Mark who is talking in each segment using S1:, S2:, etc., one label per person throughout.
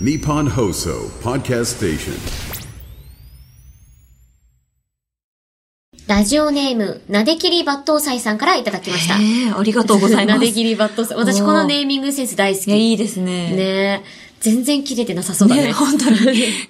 S1: Nippon Hoso Podcast Station.
S2: ラジオネーム、なできり抜刀斎さんからいただきました。
S3: ええありがとうございま
S2: な
S3: す。
S2: で
S3: い
S2: きり抜刀斎。私
S3: おー
S2: このネーミングセンス大好き。
S3: や、
S2: ね
S3: いいですね。
S2: え全然切れてなさそうだね。
S3: 本当 に。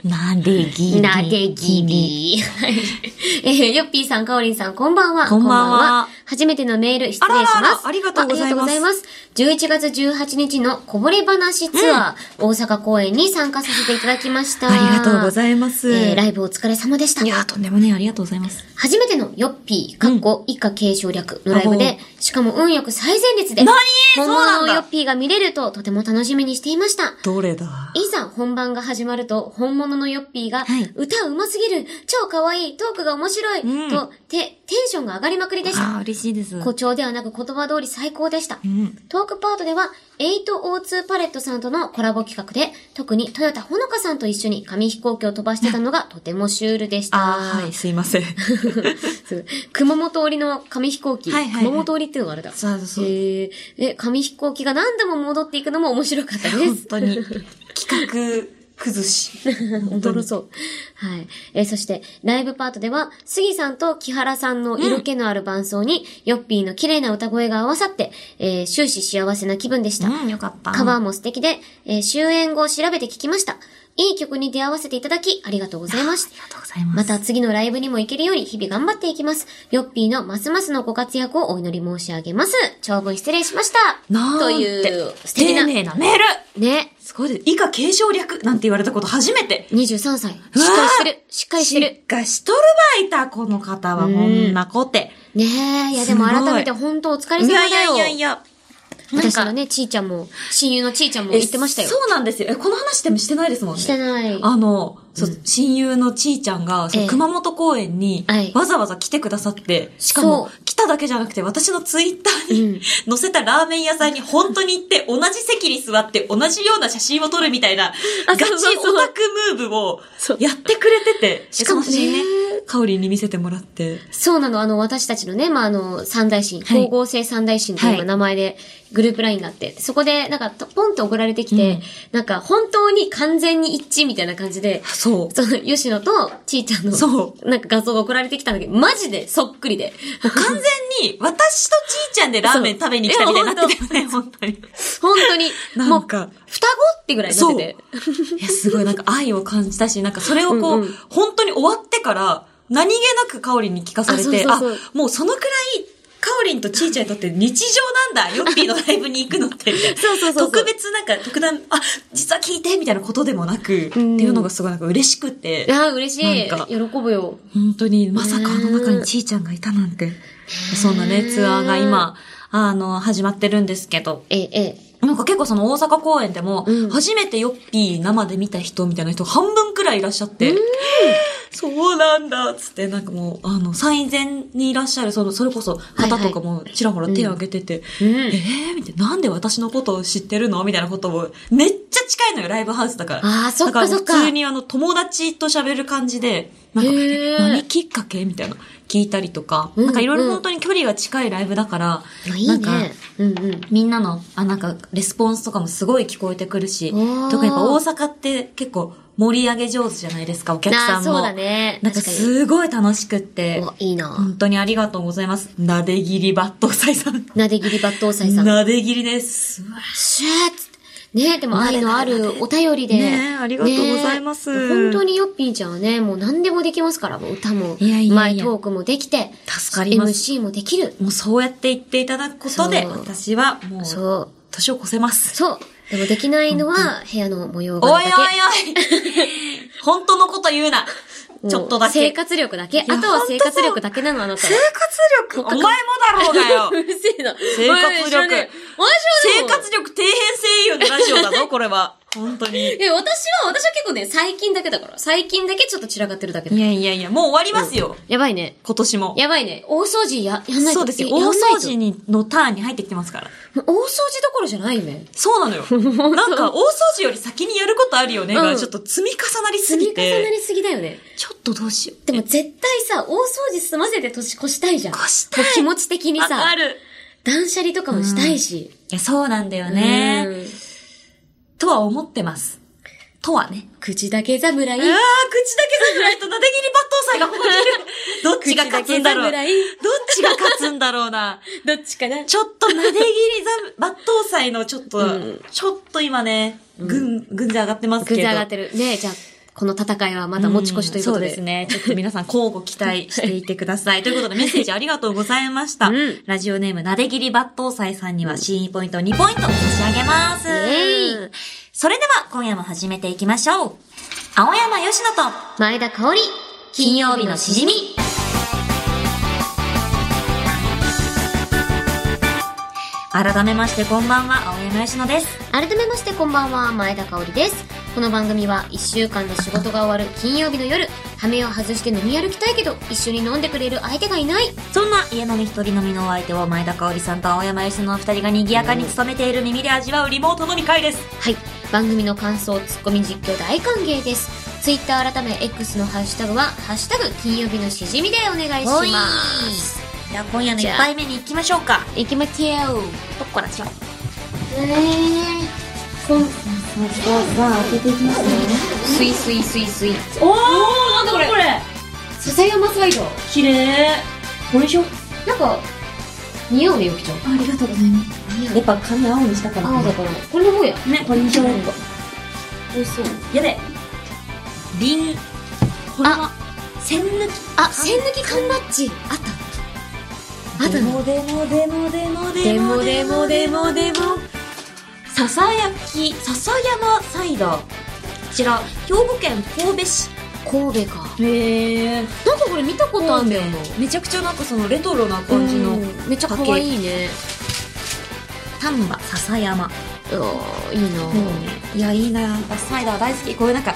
S3: なでぎり。
S2: なでぎ。り。はい えー、よっぴーさん、かおりんさん、こんばんは。
S3: こんばんは
S2: 初めてのメール、失礼します。
S3: あらららありがとうございます
S2: ありがとう11月18日のこぼれ話ツアー、大阪公演に参加させていただきました。
S3: ありがとうございます。
S2: えーライブお疲れ様でした
S3: い。や、とんでもねえ、ありがとうございます。
S2: 初めてのヨッピー、かっこ以下継承略のライブで、しかも運よく最前列で、
S3: 何
S2: 本
S3: そうな
S2: 物
S3: ん
S2: の
S3: だ
S2: ヨッピーが見れるととても楽しみにしていました。
S3: どれだ
S2: いざ本番が始まると、本物のヨッピーが、
S3: はい
S2: 歌うますぎる超可愛いトークが面白い、
S3: うん
S2: と、て、テンションが上がりまくりでした。
S3: あー、嬉しいです。
S2: 誇張ではなく言葉通り最高でした。
S3: うん。
S2: トークパートでは、802パレットさんとのコラボ企画で、特にトヨタほのかさんと一緒に紙飛行機を飛ばしてたのがとてもシュールでした。
S3: あー、はい、すいま せん。
S2: そう 熊本折りの紙飛行機。
S3: はいはいはい
S2: 熊本折りっていうのがあれだ。
S3: そうそうそう
S2: へーえ、紙飛行機が何度も戻っていくのも面白かったで
S3: 本
S2: す。
S3: 当に。企画崩し。本当
S2: 驚
S3: に。
S2: そう。はい。えーそして、ライブパートでは、杉さんと木原さんの色気のある伴奏に、ヨッピーの綺麗な歌声が合わさって、えー終始幸せな気分でした。
S3: うん、よかった。
S2: カバーも素敵で、えー終演後調べて聞きました。いい曲に出会わせていただき、ありがとうございました
S3: あ。りがとうございます。
S2: また次のライブにも行けるように日々頑張っていきます。ヨッピーのますますのご活躍をお祈り申し上げます。長文失礼しました。
S3: なんて
S2: という素敵な
S3: 丁寧なメール
S2: ね。
S3: すごいです。以下継承略なんて言われたこと初めて。
S2: 23歳。しっかり
S3: うわー
S2: してる。しっかりしてる。
S3: がしとるばいた、この方は、
S2: うん
S3: こんなこて。
S2: ねえ。いやでも
S3: すごい
S2: 改めて本当お疲れ様
S3: い
S2: だ
S3: や
S2: よ。
S3: いやいやいや。
S2: 私のね、ちーちゃんも、親友のちーちゃんも
S3: え
S2: 言ってましたよ。
S3: そうなんですよ。え、この話でもしてないですもんね。
S2: してない。
S3: あの、そう、親友のちいちゃんが、そう
S2: ええ
S3: 熊本公園に
S2: はい、
S3: わざわざ来てくださって、しかも
S2: そ、
S3: 来ただけじゃなくて、私のツイッターに、載せたラーメン屋さんに本当に行って、同じ席に座って、同じような写真を撮るみたいな、
S2: あ
S3: ガチ
S2: そうそうそう
S3: オタクムーブを
S2: そう、
S3: やってくれてて、
S2: しかもね
S3: その写真ね、かおりんに見せてもらって。
S2: そうなの、あの、私たちのね、まあ、あの、三大神、
S3: はい
S2: 光合成三大神とい
S3: は
S2: う
S3: い
S2: 名前で、グループラインがあって、そこで、なんか、とポンって送られてきて、
S3: うん
S2: なんか、本当に完全に一致みたいな感じで、
S3: そ
S2: その、吉野とちーちゃん
S3: う。
S2: の、
S3: そう。
S2: なんか画像が送られてきたんだけど、マジでそっくりで。
S3: 完全に、私とちいちゃんでラーメン食べに来たみたいになってたよね、本当に。
S2: 本当に、
S3: な、
S2: もうん
S3: か、
S2: 双子ってぐらいになってて。
S3: いや、すごい、なんか愛を感じたし、なんかそれをこう、
S2: うんうん
S3: 本当に終わってから、何気なくかおりんに聞かされて、
S2: あ
S3: あ
S2: そうそうそう
S3: もうそのくらい、かおりんとちいちゃんにとって日常なんだ、ヨッピーのライブに行くのって。
S2: そうそうそうそう
S3: 特別なんか、特段、あ、実は聞いて、みたいなことでもなく、って
S2: ん
S3: いうのがすごいなんか嬉しくて、
S2: ああ、嬉しい
S3: なんか。
S2: 喜ぶよ。
S3: 本当にまさかあの中にちいちゃんがいたなんて。そんなね、ツアーが今、あの、始まってるんですけど、
S2: ええ、ええ。
S3: なんか結構その大阪公演でも、
S2: うん
S3: 初めてヨッピー生で見た人みたいな人が半分くらいいらっしゃって、そうなんだっつって、なんかもう、あの、最前にいらっしゃる、その、それこそ
S2: いは
S3: 方
S2: い
S3: とかもちらほら手を挙げてて、
S2: うん
S3: えーみたいな、なんで私のことを知ってるのみたいなことを、めっちゃ近いのよ、ライブハウスだから。
S2: あーそっかそっか
S3: だら普通にあの、友達と喋る感じで、なんか、
S2: へー
S3: え何きっかけみたいな、聞いたりとか、
S2: うん
S3: なんかいろいろ
S2: うん
S3: 本当に距離が近いライブだから、
S2: いい
S3: なんか
S2: ね。うんうん。
S3: みんなの、あ、なんか、レスポンスとかもすごい聞こえてくるし、
S2: おー
S3: 特にやっぱ大阪って結構盛り上げ上手じゃないですか、お客
S2: あ
S3: さ
S2: あ、
S3: ん
S2: そ
S3: も。
S2: うだね。
S3: なんか
S2: 確かに。
S3: すごい楽しくって、
S2: お、いいな。
S3: 本当にありがとうございます。なでぎり抜刀斎さん。
S2: なでぎり抜刀斎さん。
S3: なでぎりです。うわ
S2: シューっつって。ねでも愛のあるお便りで。
S3: ねありがとうございます
S2: ね本当にヨッピーちゃんはね、もう何でもできますから、もう歌も、
S3: いやいやいや
S2: 前トークもできて、
S3: 助かります。
S2: MC もできる。
S3: もうそうやって言っていただくことで、
S2: そう
S3: 私はもう、
S2: そう。
S3: 年を越せます。
S2: そう。でもできないのは、部屋の模様が
S3: おいお
S2: だ
S3: い
S2: け。
S3: おい本当のこと言うな
S2: もう
S3: ちょっとだけ。
S2: 生活力だけ。あ
S3: や
S2: とは生活力
S3: 本当そう
S2: だけなの、あなた
S3: 生
S2: は。
S3: 活力お前もだろうがよ
S2: うるせえな。
S3: 生活力
S2: おいおい知らねえ私
S3: 生
S2: はでも
S3: 活力底辺声優のラジオだぞ、これは。本当に。
S2: いや、私は、私は結構ね、最近だけだから。最近だけちょっと散らかってるだけだ
S3: いやいやいや、もう終わりますよ。
S2: やばいね。
S3: 今年も。
S2: やばいね。大掃除や、やんないと。
S3: そうですよ。
S2: え
S3: 大
S2: やんないと
S3: 掃除にのターンに入ってきてますから。
S2: 大掃除どころじゃないね。
S3: そう なのよ。なんか、大掃除より先にやることあるよねが、
S2: うん
S3: ちょっと積み重なりす
S2: 積み
S3: ぎ
S2: 重な
S3: て。
S2: りすぎだよね。
S3: ちょっとどうしよう。
S2: でも絶対さ、大掃除済ませて年越したいじゃん。
S3: 越したい
S2: もう気持ち的に
S3: わ
S2: さ
S3: か、る。
S2: 断捨離とかもしたいし。
S3: いや、そうなんだよ
S2: う
S3: ね。
S2: ん
S3: とは思ってます。とはね。
S2: 口だけ侍
S3: ああ、口だけ侍となでぎり抜刀斎がここにい る。どっちが勝つんだろ
S2: 口
S3: う。
S2: だ
S3: どっ
S2: け侍
S3: ちが勝つんだろうな。
S2: どっちかな
S3: ちょっとなでぎりざ抜刀斎のちょっと、
S2: うん
S3: ちょっと今ね、ぐん、ぐんじゃ上がってますけ
S2: 口
S3: ど。
S2: 上がってる。ねえ、じゃあ、この戦いはまだ持ち越しということで。
S3: んそうですね。ちょっと皆さん交互期待していてください。ということでメッセージありがとうございました。
S2: うん
S3: ラジオネーム、なでぎり抜刀斎さんにはシーンポイント2ポイント差し上げます。
S2: イエ
S3: それでは今夜も始めていきましょう。青山よしのと、
S2: 前田香織、金曜日のしじみ。
S3: 改めましてこんばんは、青山よしのです。
S2: 改めましてこんばんは、前田香織です。この番組は1週間で仕事が終わる金曜日の夜、羽目を外して飲み歩きたいけど、一緒に飲んでくれる相手がいない。
S3: そんな家飲み一人飲みのお相手を前田香織さんと青山由伸のお二人が賑やかに務めている耳で味わうリモート飲み会です。
S2: はい。番組の感想、ツッコミ実況大歓迎です。ツイッター改め X のハッシュタグは、ハッシュタグ金曜日のしじみでお願い
S3: おい
S2: します。
S3: じゃあ今夜の一杯目に行きましょうか。
S2: いきましょう。
S3: どっからしよう。
S2: えー。そうそう、開けていきますね。スイスイスイスイ。
S3: おーなんだこれこれ
S2: ササヤマサイド。
S3: 綺麗これでしょ
S2: なんか、似合うね、よきちゃん。
S3: ありがとうございます。
S2: 似合
S3: やっぱ髪青にしたから。
S2: 青だから。これの方や。
S3: ね、これにしよう。
S2: 美味しそう。
S3: やべ。瓶、これは、栓抜き。
S2: あ、栓抜き缶バッジ。あった。あった
S3: で
S2: の
S3: もでもでもでもでもでもでもでもささやき笹山サイダーこちら兵庫県神戸市
S2: 神戸か。
S3: へ
S2: な
S3: え
S2: んかこれ見たことあんだよな。
S3: めちゃくちゃなんかそのレトロな
S2: 感
S3: 感
S2: じ
S3: じの
S2: の。めっちゃ可愛いね。
S3: 丹波笹山
S2: うわーいいなぁ
S3: いやいいなやっぱサイダー大好きこれなんか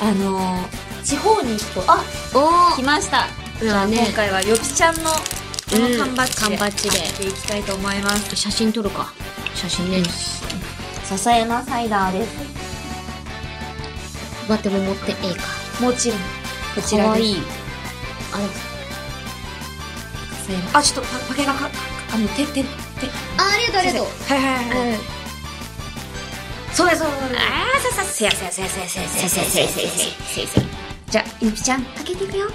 S3: あのー地方に行くとあ
S2: お
S3: 来
S2: ー
S3: ました
S2: うわ
S3: 今
S2: ね。
S3: 回はよきちゃんのこ
S2: うん
S3: の缶バッジで
S2: 缶バッジで
S3: 買っていきたいと思います
S2: 写真撮るか。写真ね。
S3: 笹山サイダーです
S2: わても持ってええか。
S3: もちろんこちらです
S2: 可愛い。あれ、
S3: あ、ちょっとパパケがか、あの、て、て、て、
S2: あ、ありがとう、ありがとう。
S3: はいはいはいはい。そうだそうだ。ああ、ささ、せやせやせやせやせやせやせやせやせやせや。じゃあ、ゆきちゃん、開けていくよ。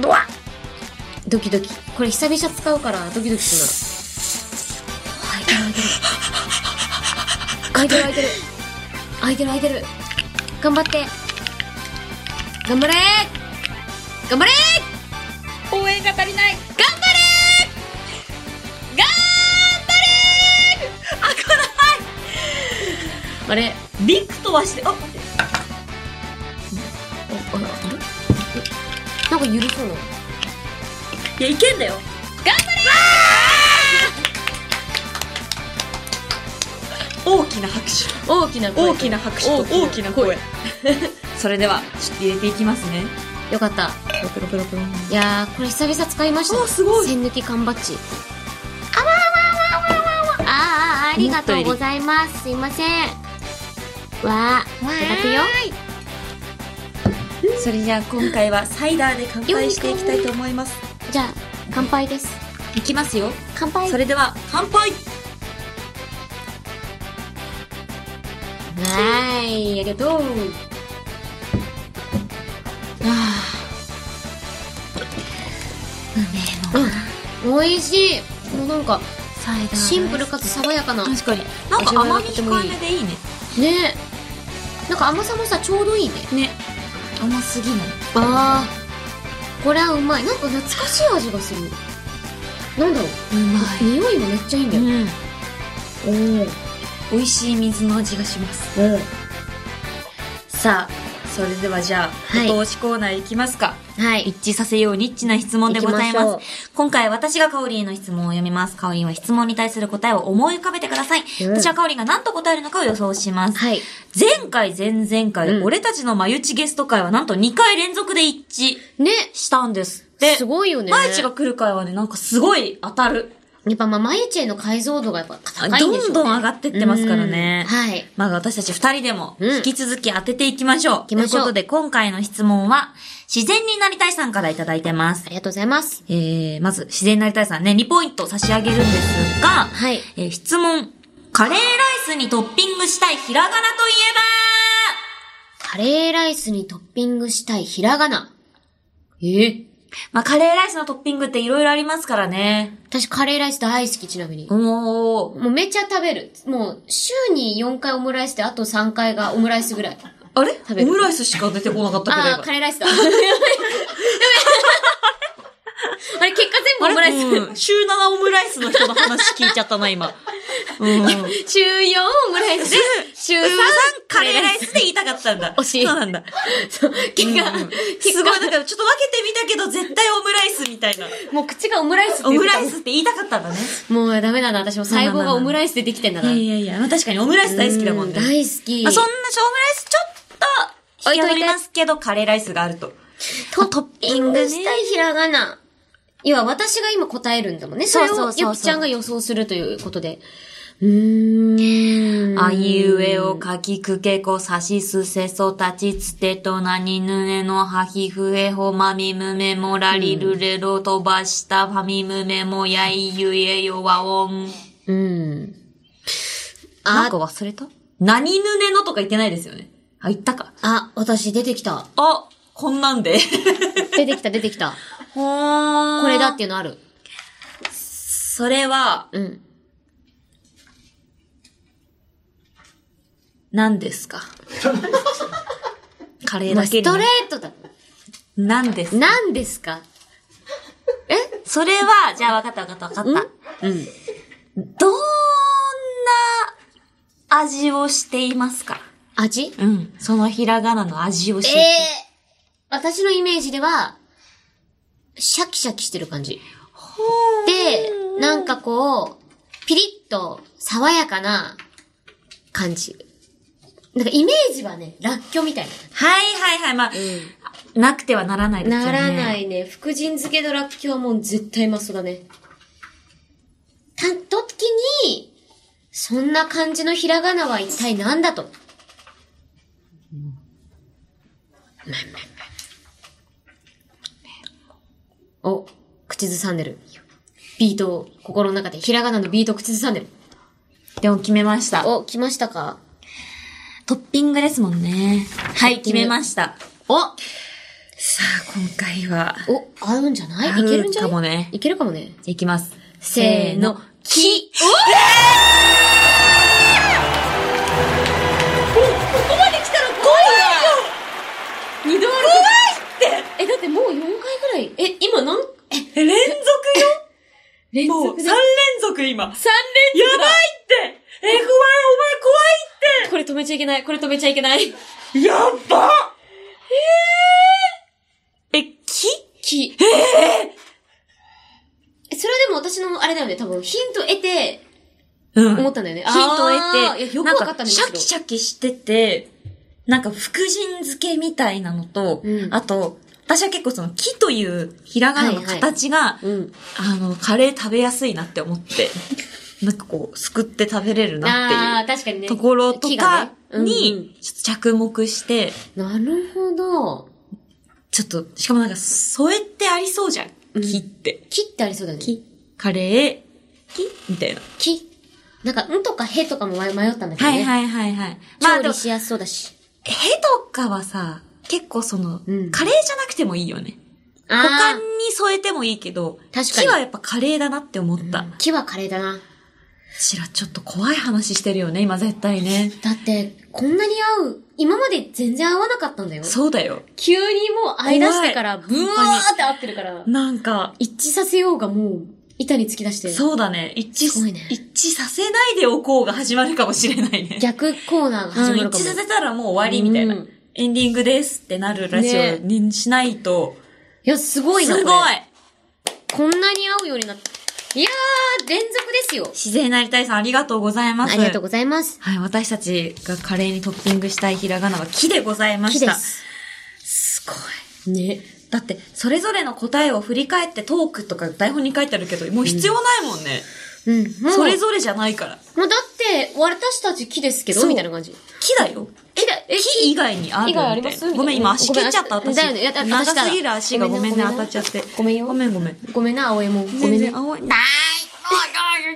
S3: ドワ
S2: ドキドキ。これ久々使うからドキドキするな。開いてる開いてる。開いてる開いてる。開いてる開いてる。頑張って。頑張れー頑張れー応援が足りない頑張れー頑張れー開かない
S3: ビクとはして、あ、
S2: あれおあれあれなんか許そうない
S3: や、いけんだよ。
S2: 頑張れ
S3: 大きな拍手。
S2: 大きな声と
S3: 大きな拍手と大きな声。 それでは、ちょっと入れていきますね。
S2: よかった
S3: ペロペロペロ。
S2: いやーこれ久々使いました
S3: あすごい
S2: 栓抜き缶バッジあわあわあわあわあわあーあーありがとうございますすいませんわあいただくよ
S3: それじゃあ、今回はサイダーで乾杯していきたいと思います。
S2: じゃあ乾杯です
S3: いきますよ。
S2: 乾杯
S3: それでは、乾杯
S2: はーいありがとう
S3: うめえな、
S2: 美味しいもうなんか
S3: サイダー
S2: シンプルかつ爽やかなね
S3: 確かになんか甘み控えめでいいね
S2: なんか甘さもさちょうどいいね
S3: ね甘すぎない
S2: あーこれはうまいなんか懐かしい味がするなんだろう
S3: う
S2: 匂いもめっちゃいいんだよ、
S3: うん
S2: おー
S3: 美味しい水の味がします
S2: おー
S3: さあそれではじゃあ、
S2: はい
S3: ご当地コーナーいきますか
S2: はい。
S3: 一致させようニッチな質問でござい
S2: 行きましょ
S3: ま
S2: う
S3: す。今回私がカオリンへの質問を読みます。カオリンは質問に対する答えを思い浮かべてください。
S2: うん
S3: 私はカオリンが何と答えるのかを予想します。
S2: はい。
S3: 前回、前々回、
S2: うん
S3: 俺たちの眉打ちゲスト会はなんと2回連続で一致
S2: ね。
S3: したんですって。
S2: すごいよね。
S3: 毎日が来る回はね、なんかすごい当たる。
S2: やっぱまあ、毎日への解像度がやっぱ高いんでしょうね。
S3: どんどん上がってってますからね。
S2: うんはい。
S3: まあ私たち二人でも
S2: うん
S3: 引き続き当てていきましょう。
S2: きましょう
S3: ということで今回の質問は、自然になりたいさんからいただいてます
S2: あ。りがとうございます。
S3: えー、まず、自然になりたいさんね、2ポイント差し上げるんですが、
S2: はい
S3: えー質問。カレーライスにトッピングしたいひらがなと
S2: カ
S3: い
S2: レーライスにトッピングしたいひらがな。え
S3: えばまあ、カレーライスのトッピングっていろいろありますからね。
S2: 私カレーライス大好きちなみに。
S3: おー。
S2: もうめっちゃ食べる。もう週に4回オムライスであと3回がオムライスぐらい。
S3: あれ
S2: べる
S3: オムライスしか出てこなかったけど
S2: ああ、
S3: 今。
S2: カレーライスだ。 やべえやべえあれ、結果全部オムライス。
S3: うん週7オムライスの人の話聞いちゃったな、今。うん。
S2: 週4オムライスで、 週3
S3: 13カレーライスって言いたかったんだ。
S2: 惜しい
S3: そうなんだ。
S2: そう結果、
S3: うん
S2: 結
S3: すごい、だ
S2: 果、
S3: からちょっと分けてみたけど、絶対オムライスみたいな。
S2: もう口がオムライスって
S3: オ
S2: 言って
S3: ム
S2: た
S3: ライスって言いたかったんだね。
S2: もうダメだな、私も細胞がオムライスでできてんだな。
S3: いやいやいや、確かにオムライス大好きだもんね。
S2: う大好き。
S3: まあ、そんなしょうもライスちょっと、引き上がりますけど、カレーライスがあると。
S2: トッピングしたいひらがな。要は私が今答えるんだもんね。それ
S3: そうそう
S2: を
S3: そうそう
S2: ゆきちゃんが予想するということで。うーん。
S3: あいうえおかきくけこさしすせそたちつてとなにぬねのはひふえほまみむめもらりるれろとばしたファミムメもやいゆえよわおん。
S2: うん。
S3: なん
S2: あ
S3: か、忘れたなにぬねのとか言ってないですよね。あ、言ったか。
S2: あ、私出てきた。
S3: あ、こんなん で。
S2: 出てきた、出てきた。
S3: ほー
S2: これだっていうの ある。
S3: それは、
S2: うん。
S3: 何ですかカレー
S2: まあ
S3: だけ
S2: ス
S3: に
S2: トレ。ートだ。
S3: 何ですか
S2: 何ですか
S3: それは、じゃあ分かった分かった分かった。
S2: うん。
S3: どんな味をしていますか
S2: 味
S3: うん。そのひらがなの味をし
S2: え
S3: て。
S2: え私のイメージでは、シャキシャキしてる感じ。で、なんかこう、ピリッと爽やかな感じ。なんかイメージはね、ラッキョみたい
S3: はいはいはい。まあ、
S2: な。
S3: なくてはならないですよね。
S2: ならな。いね。福神漬けのラッキョはもう絶対うまそうだね。た、時に、そんな感じのひらがなは一体何だと。お、口ずさんでる。ビートを、心の中で、ひらがなのビートを口ずさんでる。
S3: でも決めました。
S2: お、来ましたか
S3: トッピングですもんね。はい、
S2: トッピ
S3: 決
S2: ング
S3: めました。
S2: お
S3: さあ、今回は、
S2: お、合うんじゃない
S3: 合う
S2: いけるんじゃない
S3: かもね
S2: いけるかもね。
S3: いきます。
S2: せーの、
S3: き。
S2: 二度怖いってえ、だってもう4回ぐらい。え、今なんえ、
S3: え連続よ
S2: 連
S3: も
S2: 続
S3: う、
S2: で
S3: 3連続今。やばいっ
S2: 三連続だ
S3: てえ、不安、お前怖いっ
S2: これ止めちゃいけない。これ止めちゃいけない。
S3: てやばええ、き
S2: き。えそれはでも私のあれだよね、多分ヒント得て
S3: うん
S2: 思ったんだよね。
S3: ヒントを
S2: あー
S3: 得
S2: いや
S3: て、
S2: よくわかった
S3: なん
S2: ね。
S3: シャキシャキしてて、なんか福神漬けみたいなのと、
S2: うん
S3: あと、私は結構その木というひらがなの形が、
S2: ャうん。
S3: あの、カレー食べやすいなって思って、なんかこう、すくって食べれるな
S2: あ
S3: っ
S2: ー、確かに
S3: てい
S2: ね。
S3: うところと
S2: 木が
S3: か
S2: ねうん
S3: に、ちょっと着目して、
S2: うんなるほど。
S3: ちょっと、しかもなんか、添えてありそうじゃん。
S2: うん
S3: 木って。
S2: 木ってありそうだね。
S3: 木、カレー、木みたいな。
S2: 木。なんか、んとかへとかも迷迷ったんだけど
S3: は
S2: ね。
S3: い
S2: い。
S3: はいはいはい。まあ
S2: 調
S3: で
S2: 理
S3: も、
S2: しやすそうだし。
S3: へとかはさ、結構その、
S2: うん
S3: カレーじゃなくてもいいよね。他
S2: あ
S3: に添えてもいいけど、
S2: 確かに
S3: 木はやっぱカレーだなって思った。
S2: ー。木はカレーだな。
S3: しら、ちょっと怖い話してるよね、今絶対ね。
S2: だって、こんなに合う、今まで全然合わなかったんだよ。
S3: そうだよ。
S2: 急にもう会い出してから、ブ
S3: 怖い
S2: ワーって合ってるから、
S3: なんか、
S2: 一致させようがもう、板に突き出して、
S3: そうだね。一致
S2: すごいね
S3: 一致させないでおこうが始まるかもしれないね。
S2: 逆コーナーが始ま
S3: うん
S2: るか
S3: 一
S2: も。
S3: 致させたらもう終わりみたいな。
S2: うん
S3: エンディングですってなるラジオにしないと。
S2: いや、すごいな、
S3: す
S2: これ
S3: ごい
S2: こんなに合うようになった。いやー、連続ですよ。
S3: 自然なりたいさんありがとうございます。
S2: ありがとうございます。
S3: はい、私たちがカレーにトッピングしたいひらがなは木でございま
S2: 木
S3: し
S2: で
S3: た。
S2: す。
S3: すごい。
S2: ね。
S3: だって、それぞれの答えを振り返ってトークとか台本に書いてあるけど、もう必要ないもんね。
S2: うん。もう、
S3: それぞれじゃないから。
S2: もうだって、私たち木ですけ
S3: そ
S2: ど、
S3: う
S2: みたいな感じ。
S3: 木だよ。
S2: 木だ、え、
S3: 木以外にある
S2: 以外あります
S3: みたいなごめん、今足切っちゃった
S2: ごめん
S3: 私。
S2: だよねいやだ
S3: 長
S2: 私だ
S3: すぎる足がごめんね、当たっちゃって。
S2: ごめんよ
S3: ごめんごめん。
S2: ごめんな、青江も。ごめ
S3: 全
S2: んね
S3: 然。青い。ない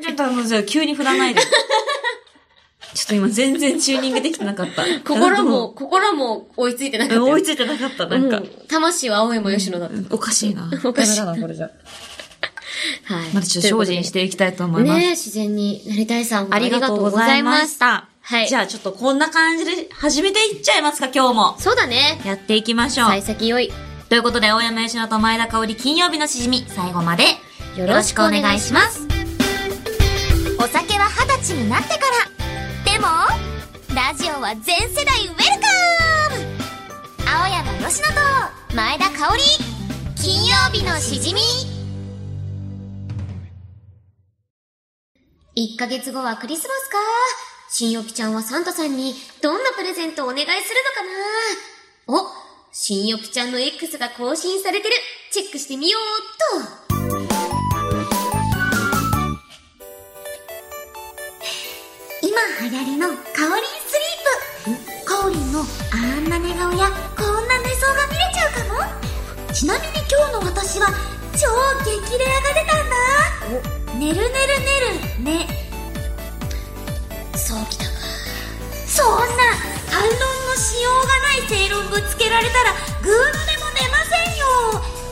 S3: ちょっともう急に振らないで。っと今全然チューニングできてなかった。
S2: 心も、心も追いついてなかった
S3: うん。
S2: よ。
S3: 追いついてなかった、なんか
S2: う。魂は青山吉野だった。
S3: おかしいな。
S2: おかしい
S3: ダメだな、これじゃ。
S2: はい。
S3: まだちょっと精進していきたいと思います。
S2: ねえ自然になりたいさん。
S3: ありがとう
S2: ありがとう
S3: ございました。
S2: ございましたはい
S3: じゃあちょっとこんな感じで始めていっちゃいますか、今
S2: ご
S3: 日も
S2: ざいま。す。そうだね。
S3: やっていきましょう。
S2: 幸先良い。
S3: ということで、大山吉野と前田香織金曜日のしじみ、最後まで
S2: よろしくお願いします。
S4: お酒は二十歳になってからでもラジオは全世代ウェルカム青山吉野と前田香織金曜日のしじみ
S2: 1ヶ月後はクリスマスか。新よぴちゃんはサンタさんにどんなプレゼントをお願いするのかなお、新よぴちゃんの X が更新されてる。チェックしてみようっと。
S4: 今流行りの香りスリープ香りのあんな寝顔やこんな寝相が見れちゃうかもちなみに今日の私は超激レアが出たんだねるねるねるね
S2: そうきたか。
S4: そんな反論のしようがない正論ぶつけられたらグーのでも寝ま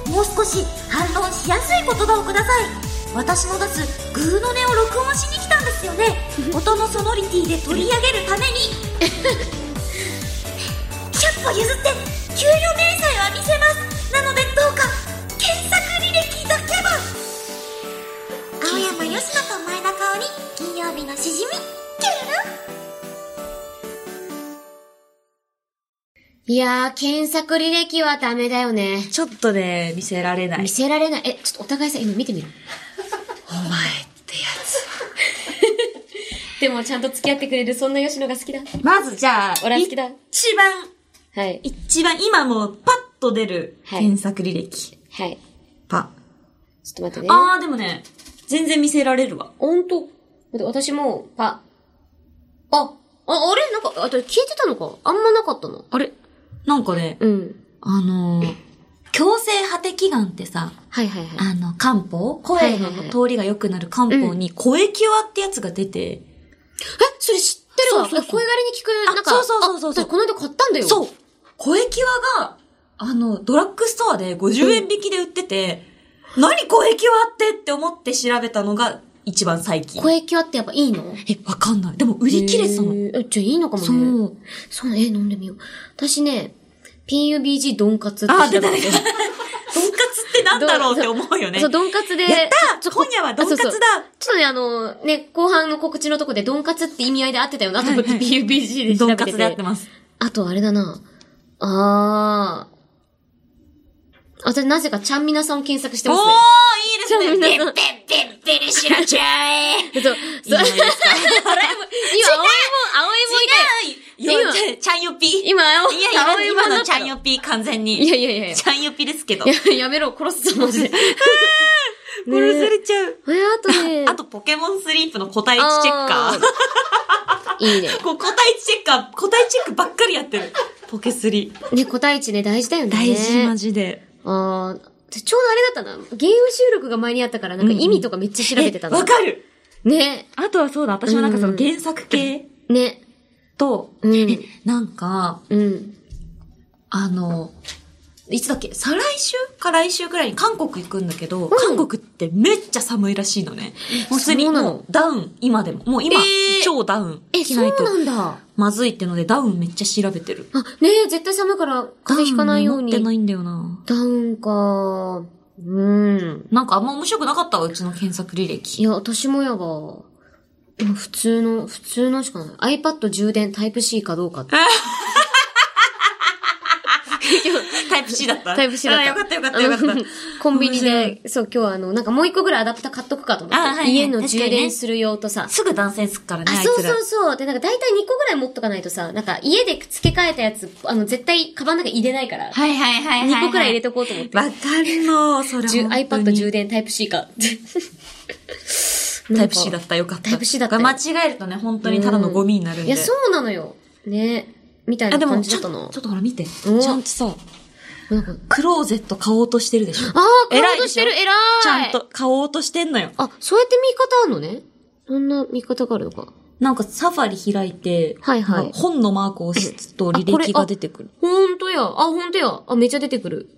S4: せんよもう少し反論しやすい言葉をください私の出すグーの音を録音しに来たんですよね 音のソノリティで取り上げるために 100歩譲って給料明細は見せますなのでどうか検索履歴だけは青山佳乃と前田香織金曜日のしじみキュルルン
S2: いやー、検索履歴はダメだよね。
S3: ちょっとね、見せられない
S2: 見。せられない。え、ちょっとお互いさ、今見てみる。
S3: お前ってや
S2: でもちゃんと付き合ってくれる、そんな吉野が好きだ。
S3: つ。まずじゃあ、
S2: 俺は好きだ
S3: 一番、
S2: はい。
S3: 一番、今もうパッと出る
S2: はい
S3: 検索履歴。
S2: はい。
S3: パ。
S2: ちょっと待ってね。
S3: あー、でもね、全然見せられるわ。
S2: ほんと。待って、私も、パ。あ、あ、あれなんか、あ、消えてたのかあんまなかったの。
S3: あれなんかね、
S2: うん。
S3: あのー、強制果て祈願ってさ、
S2: はいはいはい。
S3: あの、漢方声の通りが良くなる漢方に、声キュアってやつが出て、
S2: え、それ知ってるわ。
S3: そうそうそう
S2: え声狩りに聞く、
S3: あ
S2: なんか。
S3: そうそうそうそう
S2: あ私この間買ったんだよ。
S3: そう声キュアが、あの、ドラッグストアで50円引きで売ってて、何声キュアってって思って調べたのが一番最近。
S2: 声キュアってやっぱいいの
S3: え、わかんない。でも売り切れてたの。
S2: へーえ、じゃあいいのかもね。
S3: そう。
S2: そう、え、飲んでみよう。私ね、PUBG ドンカツって
S3: あ、
S2: 調べ
S3: 出
S2: て
S3: た出た。ドンカツってなんだろうって思うよね。
S2: そう、ドンカツで。
S3: やったー
S2: こ
S3: 今夜はドンカツだ
S2: あそうそうちょっとね、あの、ね、後半の告知のとこでドンカツって意味合いで合ってたよなと思って PUBG で調
S3: ド
S2: べ
S3: ン
S2: て
S3: カ
S2: て。
S3: ツでやってます。
S2: あとあれだな。あー。私なぜかちゃんみなさんを検索して
S3: おー
S2: ま、すね。
S3: いいですね。
S2: さん。
S3: ペリシラちゃえ。
S2: そう。
S3: いい
S2: そう。今、
S3: ですか
S2: 違う
S3: 青いもん、青いもいた。よ、ちゃんよぴ。い
S2: 今、青
S3: やいや、
S2: 青山
S3: 今
S2: だっ
S3: のちゃ
S2: た
S3: ん
S2: よ
S3: よぴ完全に。
S2: いやいやいやいや
S3: ちゃんよぴですけど。
S2: いや、やめろ、殺すぞ、マ ジで。
S3: 殺されちゃう。
S2: え、あとね。
S3: あと、ポケモンスリープの個体値チェッカー。
S2: あー。いいね。
S3: こう個体値チェッカー、個体チェックばっかりやってる。ポケスリ。
S2: ね、個体値ね、大事だよね。
S3: ジで。
S2: あー私ちょうどあれだったな。ゲーム収録が前にあったから、なんか意味とかめっちゃ調べてた
S3: え
S2: の。
S3: わかる。
S2: ね。
S3: あとはそうだ、私もなんかその原作系
S2: ね。
S3: と、
S2: うん
S3: えなんか、
S2: うん。
S3: あの、いつだっけ再来週か来週くらいに韓国行くんだけど、韓国ってめっちゃ寒いらしいのね。もうす
S2: そ
S3: に
S2: うなの
S3: もうダウン、今でも。もう今、
S2: えー
S3: 超ダウン
S2: え、
S3: 着
S2: そ
S3: な
S2: う
S3: いと
S2: なんだ。
S3: まずいってのでダウンめっちゃ調べてる。
S2: あ、ねえ、絶対寒いから風邪ひかないように。
S3: ダウン持ってないんだよな。
S2: ダウンかー。うん。
S3: なんかあんま面白くなかったわ、うちの検索履
S2: い
S3: 歴。
S2: や、私もやば。でも普通の、普通のしかない。iPad 充電タイプ C かどうかって。
S3: タイプ C だった
S2: タイプ C だった。
S3: あよかったよかったよかった
S2: あの。コンビニ
S3: 面
S2: で、そう、今日はあの、なんかもう一個ぐらいアダプター買っとくかと思って。
S3: あはいはい
S2: 家の
S3: 確
S2: 充
S3: かにね
S2: 電する用とさ。
S3: すぐ断線すっからね、
S2: あ、
S3: あい
S2: そう
S3: つら。
S2: そうそう。で、なんか大体2個ぐらい持っとかないとさ、なんか家で付け替えたやつ、あの、絶対カバンの中入れないから。
S3: はいはいはいはい、はい。
S2: 2個くらい入れとこうと思って。
S3: わかるの、それ
S2: じゅ
S3: は。
S2: iPad 充電タイプ C か。
S3: タイプ C だ
S2: っ
S3: った、よかった。
S2: タイプ C だったよ
S3: 間違えるとね、本当にただのゴミになるんで。
S2: いや、そうなのよ。ね。みたい
S3: あ、
S2: な
S3: でも
S2: 感
S3: ち
S2: じ
S3: ょ
S2: だ
S3: っ
S2: っ
S3: と、
S2: た
S3: ち
S2: の
S3: ょっ。とほら見て。
S2: お
S3: ちゃんとさ、
S2: なんか
S3: クローゼット買おうとしてるでしょ。
S2: あー、買おう
S3: 偉い
S2: と
S3: で
S2: し
S3: しょ
S2: てる、偉い。
S3: ちゃんと買おうとしてんのよ。
S2: あ、そうやって見方あるのね。そんな見方があるのか。
S3: なんかサファリ開いて、
S2: はいはい
S3: なんか本のマークを押すと履歴が出てくる。
S2: ほんとや。あ、ほんとや。あ、めちゃ出てくる。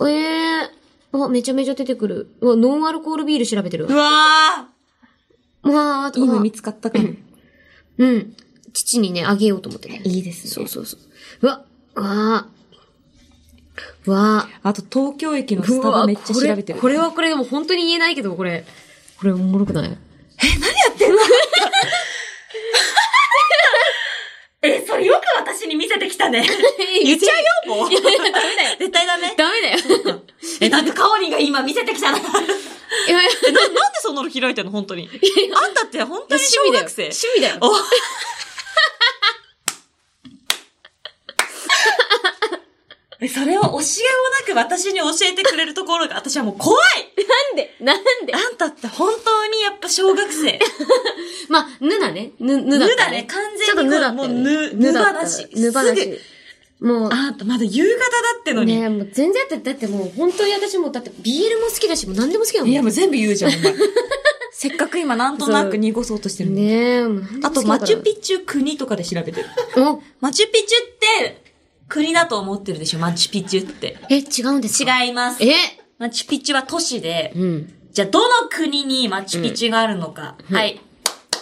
S2: ええー。あ、めちゃめちゃ出てくる。うわ、ノンアルコールビール調べてるわ
S3: う。わ
S2: まあ、あ
S3: ー
S2: と
S3: い
S2: はい
S3: の見つかったかも。
S2: うん。父にね、あげようと思ってね。
S3: いいです
S2: そ
S3: ね
S2: う。そうそう。うわ、うわーうわ
S3: あと東京駅の
S2: ー
S3: スタバめっちゃ調べ
S2: う
S3: て
S2: わ
S3: る。
S2: これこれはこれ、でも本当に言えないけど、これ。これおもろくない
S3: え、それよく私に見せてきたね。 言っちゃうよ、 もう。絶対ダメ。
S2: ダ メだよ。
S3: え、なんでカオリンが今見せてきたの
S2: いやいや
S3: え、な、なんでそんなの開いてんの本当に。あんたって本当に
S2: 趣味
S3: 小
S2: だよ。
S3: 学生。
S2: 趣味だよ。
S3: お えそれを教えもなく私に教えてくれるところが私はもう怖い
S2: なんでなんで
S3: あんたって本当にやっぱ小学生。
S2: まあ、ぬだね。ぬ、ぬだっ
S3: ぬ
S2: た
S3: だ
S2: ね
S3: ね。。完全に。
S2: ちょっとぬだった
S3: も
S2: よ
S3: う
S2: ね。
S3: ぬ、
S2: ぬ
S3: ぬ
S2: だ
S3: ば
S2: った
S3: だし。
S2: ぬばだし。もう。
S3: あんたまだ夕方だってのに。
S2: ねえ、もう全然だって、だってもう本当に私もうだってビールも好きだし、もう何でも好きなの。
S3: いやもう全部言うじゃん、お前。 せっかく今なんとなく濁そうとしてるのに
S2: ねえ、もう何で
S3: あ
S2: も好きだ
S3: と、マ
S2: から
S3: チュピチュ国とかで調べてる。
S2: お
S3: マチュピチュって国だと思ってるでしょ、マチュピチュって。
S2: え、違うんですか
S3: 違います。
S2: え
S3: マチュピチュは都市で、
S2: うん。
S3: じゃあどの国にマチュピチュがあるのか。はい。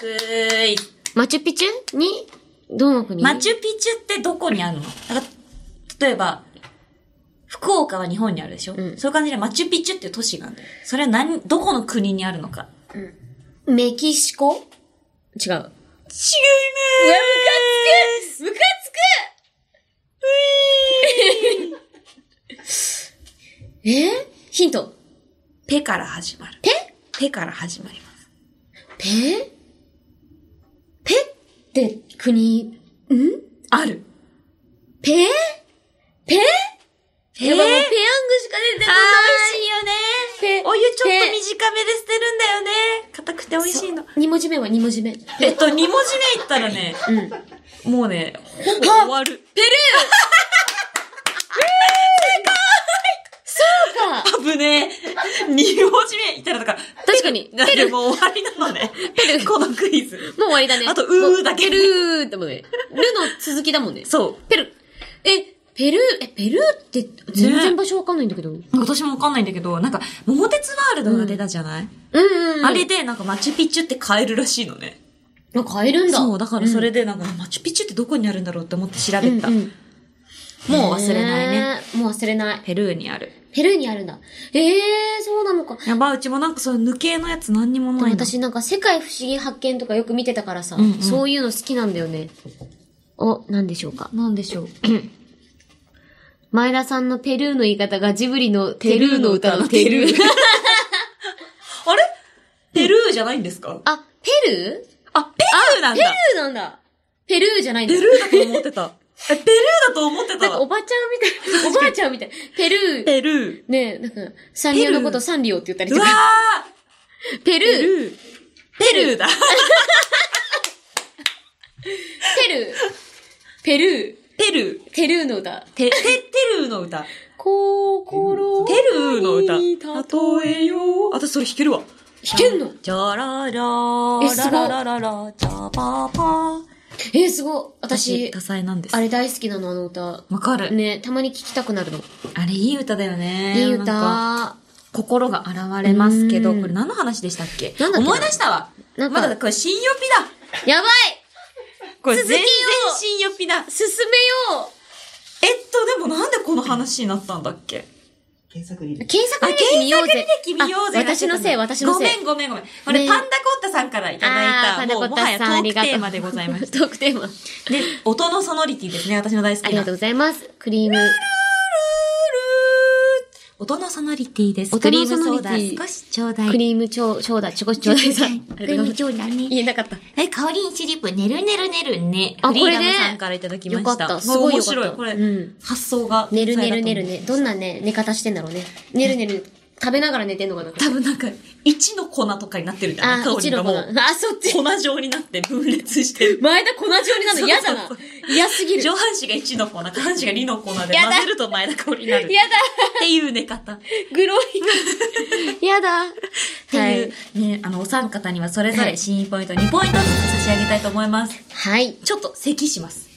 S3: くーい。
S2: マチュピチュに、どの国
S3: マチュピチュってどこにあるのなんか例えば、福岡は日本にあるでしょ、
S2: ん
S3: そういう感じでマチュピチュっていう都市があるんだよ。それは何、どこの国にあるのか。
S2: メキシコ違う。うわ、ムカ
S3: 違いま
S2: つくムカつく えヒント。
S3: すペから始まる。
S2: ペ
S3: ペから始まります。
S2: ペペって国、
S3: ある。
S2: ペペ
S3: ペ
S2: やばいもうペヤングしか出てこない
S3: 美味しいよね。
S2: ペ
S3: お湯ちょっと短めで捨てるんだよね。硬くて美味しいの。
S2: 二文字目は二文字目。ペ
S3: えっと、2文字目いったらね、
S2: うん。
S3: もうね、ほぼ終わる。
S2: ルーそうか
S3: あぶねえ。2文字目いったらだから、
S2: 確かに。
S3: ペルもう終わりなのね。ペルこのクイズ。
S2: もう終わりだね。
S3: あとうーだけ
S2: もうペルーだもんね。ルの続きだもんね。
S3: そ
S2: ペル。え、ペルー、え、ペルーって全然場所わかんないんだけど。
S3: う。私もわかんないんだけど、なんか、桃鉄ワールドが出たじゃない、
S2: うんうん。
S3: あれで、なんかマチュピチュって買えるらしいのね。
S2: あ買えるんだ。
S3: そう、だからそれでなんか、マチュピチュってどこにあるんだろうって思って調
S2: うん、
S3: べた。
S2: うんうん
S3: もう忘れないね。
S2: ねえ。もう忘れない。
S3: ペルーにある。
S2: ペルーにあるんだ。ええー、そうなのか。
S3: やばい、うちもなんかそういう抜けのやつ何にも
S2: で
S3: な
S2: も
S3: いな。
S2: 私なんか世界不思議発見とかよく見てたからさ、
S3: んうん
S2: そういうの好きなんだよね。お、なんでしょうか。
S3: なんでしょう。
S2: 前田さんのペルーの言い方がジブリのテルーの歌のテ
S3: テ
S2: ル
S3: ル
S2: ー
S3: ー。あれペルーじゃないんですか
S2: あ、ペルー
S3: あ、ペルーなん
S2: ペル
S3: だ
S2: ーなんだ。ペルーじゃないんだ。
S3: ペルーだと思ってた。 え、ペルーだと思って
S2: なん
S3: た
S2: かお
S3: わ。
S2: ばちゃんみたい。おばあちゃんみたい。ペルー。
S3: ペル
S2: ねえ、なんか、サンリオのことサンリオって言ったり
S3: ー。
S2: と
S3: うわ
S2: か。ペル
S3: ー
S2: ー。
S3: ペルー。ペルーだ。
S2: ペルー。ペル
S3: ペルー。
S2: ー。テルーの歌。
S3: て、て、テルーの歌。
S2: 心
S3: テルーの
S2: に
S3: 歌。例えよう。私それ弾けるわ。
S2: 弾けんの
S3: じゃらら
S2: えすごい
S3: ららららら、じゃばば。
S2: えー、すごい。私
S3: 多、彩なんです
S2: あ。れ大好きなの、あの歌。
S3: わかる。
S2: ね、たまに聴きたくなるの。
S3: あれいい歌だよね。
S2: いい
S3: なんか
S2: 歌。
S3: 心が現れますけど、
S2: うん
S3: これ何の話でしたっけ
S2: なんだっけな
S3: 思い出したわ。
S2: な
S3: ま
S2: んか
S3: だこれ新予備だ。
S2: やばい
S3: これ全然
S2: 続きを
S3: 新予備だ。えっ
S2: 進めよ
S3: と、でもなんでこの話になったんだっけ
S2: う検索履歴見ようぜ。
S3: 見ようぜ
S2: あ私のせい、私のせい。
S3: ごめんごめんごめん。これ
S2: ね
S3: パンダコッタさんからいた
S2: あー
S3: だいた、もうもはやトークテーマ
S2: パンダ
S3: で
S2: コ
S3: ご
S2: ッタ
S3: ざ
S2: さ
S3: い
S2: んあ
S3: ま
S2: りが
S3: し
S2: とうトークテーマ。
S3: た。で、音のソノリティですね、私の大好きな。
S2: ありがとうございます。クリーム。
S3: 音のソノリティです。
S2: 音
S3: クリ
S2: の
S3: ー
S2: ソ
S3: ムソ
S2: ノリ
S3: ー
S2: テ
S3: ダ
S2: ィ
S3: 少しちょうだい。
S2: クリームちょう、ちょうだい、ちょこちょうだいさん。
S3: クリームちょうだいね
S2: 言えなかった。
S3: え、香り一リップ、ねるねるねるね。
S2: あ
S3: フリーダ
S2: これね
S3: ムさんからいただきました。
S2: よかったすごいよかった
S3: 面白い。これ、
S2: うん
S3: 発想が。
S2: 寝る寝る寝る
S3: ね。
S2: ね。どんなね、寝方してんだろうね。寝る寝る。食べながら寝てんのかな。
S3: 多分なんか、一の粉とかになってるんだ
S2: あ
S3: ね。、香
S2: 一
S3: り
S2: の
S3: が
S2: 粉。
S3: もう、
S2: あ、そっち。
S3: 粉状になって分裂してる。
S2: 前田粉状になるの嫌だな
S3: そう。
S2: 嫌すぎる。
S3: 上半身が1のコーナー、下半身が2のコーナーで
S2: やだ
S3: 混ぜると前田香織になる。っ
S2: やだ
S3: ていう寝方。
S2: グロい。やだ。
S3: って
S2: は
S3: いう
S2: い。、
S3: ね、あの、お三方にはそれぞ
S2: は
S3: れ
S2: い
S3: シーンポイント2ポイントずつ差し上げたいと思います。
S2: はい。
S3: ちょっと咳します。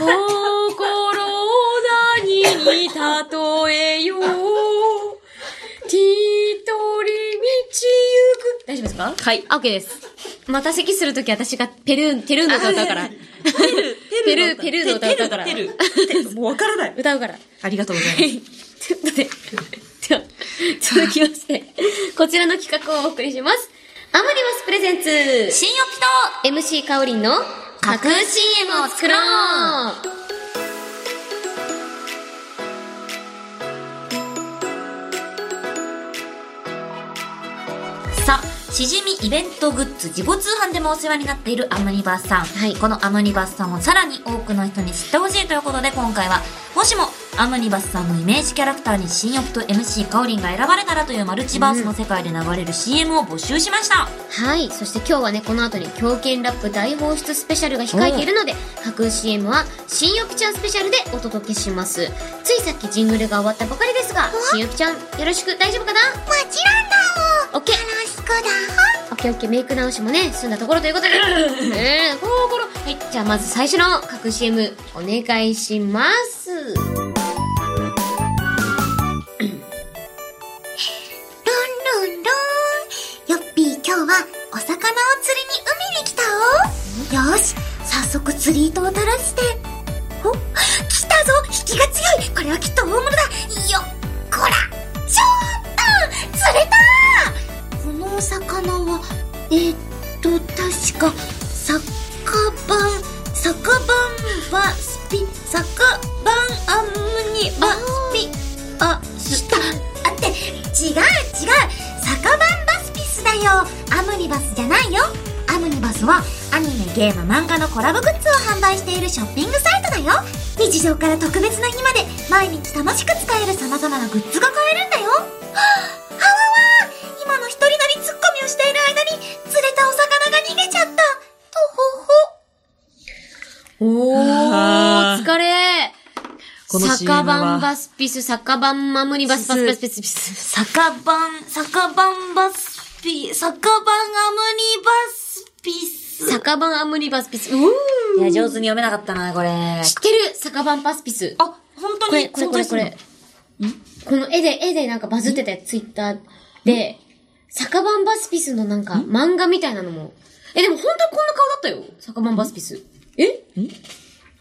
S2: 心だにに例えよう。ティートリ道行く。大丈夫ですかはい。オッケーです。また席するとき私がペルーン、テルーンの歌歌うから。ペルー、ペルーの歌歌うから。
S3: ペルー、ペルー。もうわからない。
S2: 歌うから。
S3: ありがとうござい
S2: は
S3: ます。
S2: い。ということで、では、続きまして、こちらの企画をお送りします。アマリマスプレゼンツ
S4: 新オピと
S2: MC かおりんの架空 CM を作ろう
S3: さあ、しじみイベントグッズ自己通販でもお世話になっているアムニバスさん。
S2: はい
S3: このアムニバスさんをさらに多くの人に知ってほしいということで、今回は、もしもアムニバスさんのイメージキャラクターに新欲と MC カオリンが選ばれたらというマルチバースの世界で流れる CM を募集しました。
S2: はい。そして今日はね、この後に狂犬ラップ大放出スペシャルが控えているので、架空 CM は新よきちゃんスペシャルでお届けします。ついさっきジングルが終わったばかりですが、新よきちゃん、よろしく大丈夫かな
S4: もちろんだ
S2: オッケー
S4: よろしくだ
S2: オッケーオッケーメイク直しもね済んだところということでねえゴロゴロはいじゃあまず最初の各 CM お願いします
S4: ロンロンロンよっぴー今日はお魚を釣りに海に来たおよし早速釣り糸を垂らしてお来たぞ引きが強いこれはきっと大物だよっこらちょっと釣れたこのお魚はえーっと確か酒番酒番はスピ酒番アムニバスピあしたあって違う違う酒番バスピスだよアムニバスじゃないよアムニバスはアニメゲーム漫画のコラボグッズを販売しているショッピングサイトだよ日常から特別な日まで毎日楽しく使える様々なグッズが買えるんだよはあはわわ今の一人なりツッコミをしている間に釣れたお魚が逃げちゃったとほほ
S2: お
S3: あ
S2: ー
S3: ー
S2: 疲れ
S3: この CM
S2: 酒
S3: は
S2: 版バスピス酒版マムニバスバスバスバスバス
S3: 酒番、酒番バスピ、酒番アムニバスピス。
S2: 酒版アムニバスピスうー
S3: いや、上手に読めなかったな、これ。あ
S2: 知、ってる酒版バスピス
S3: 本当
S2: これ
S3: に
S2: これこれこれこの絵で絵でなんかバズってたやつツイッターで酒版バスピスのなんか漫画みたいなのもえでも本当はこんな顔だったよ酒版バスピスえ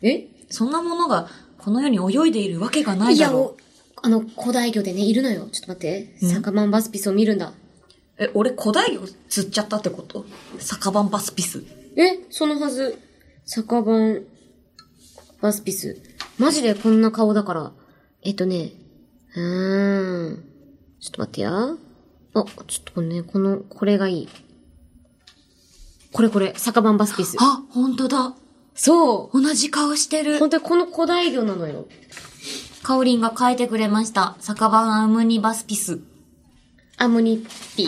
S2: え
S3: そんなものが、この世に泳いでいるわけがないだろう。
S2: おあの、古代魚でね、いるのよ。ちょっと待って。酒版バスピスを見るんだ。
S3: え、俺古代魚釣っちゃったってこと酒番バスピス。
S2: え、そのはず。酒版バスピス。マジでこんな顔だから。えっとね、うーん。ちょっと待ってや。あ、ちょっとね、この、これがいい。これこれ、酒版バスピス。
S3: あ、本当だ。
S2: そ
S3: 同じ顔して
S2: う
S3: る。
S2: 本当にこの古代魚なのよ。
S3: カオリンが書いてくれました。酒番アムニバスピス。
S2: アムニッピー。
S4: い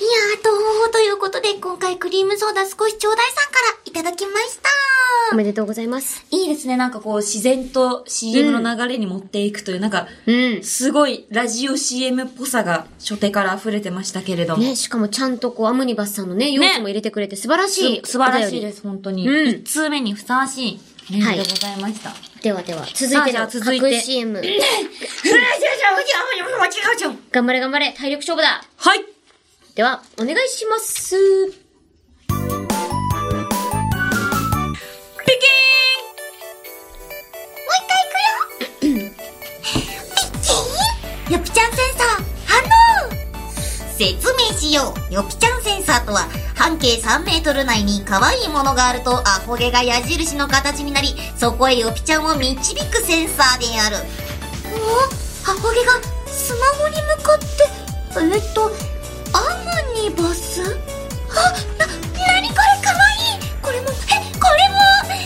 S4: やー、とほほということで、今回クリームソーダ少しちょうだいさんからいただきました。
S2: おめでとうございます。
S3: いいですね。なんかこう、自然と CM の流れに持っていくという、なんか、
S2: うん。
S3: すごいラジオ CM っぽさが初手から溢れてましたけれども。
S2: ね、しかもちゃんとこう、アムニバスさんのね、要素も入れてくれて素晴ら
S3: す
S2: しい、。
S3: 素晴らしいですす、本当に。一、
S2: うん
S3: 通目にふさわしいメールでございました。
S2: ではでは、続
S3: さ
S2: い
S3: あ
S2: て
S3: じゃあ
S2: の
S3: 続いて
S2: 架空 CM。頑張れ頑張れ、体力勝負だ
S3: はい
S2: では、お願いします。
S4: もう一回行くよ。
S3: ピキ
S4: ピッチーよぴちゃんセンサー、反応説明しよう。よぴちゃんセンサーとは、半径3メートル内に可愛いものがあると、アホ毛が矢印の形になり、そこへよぴちゃんを導くセンサーである。おアホ毛がスマホに向かって、えっと、アムニバスあ、な、なにこれかわいいこれも、え、これもはぁ、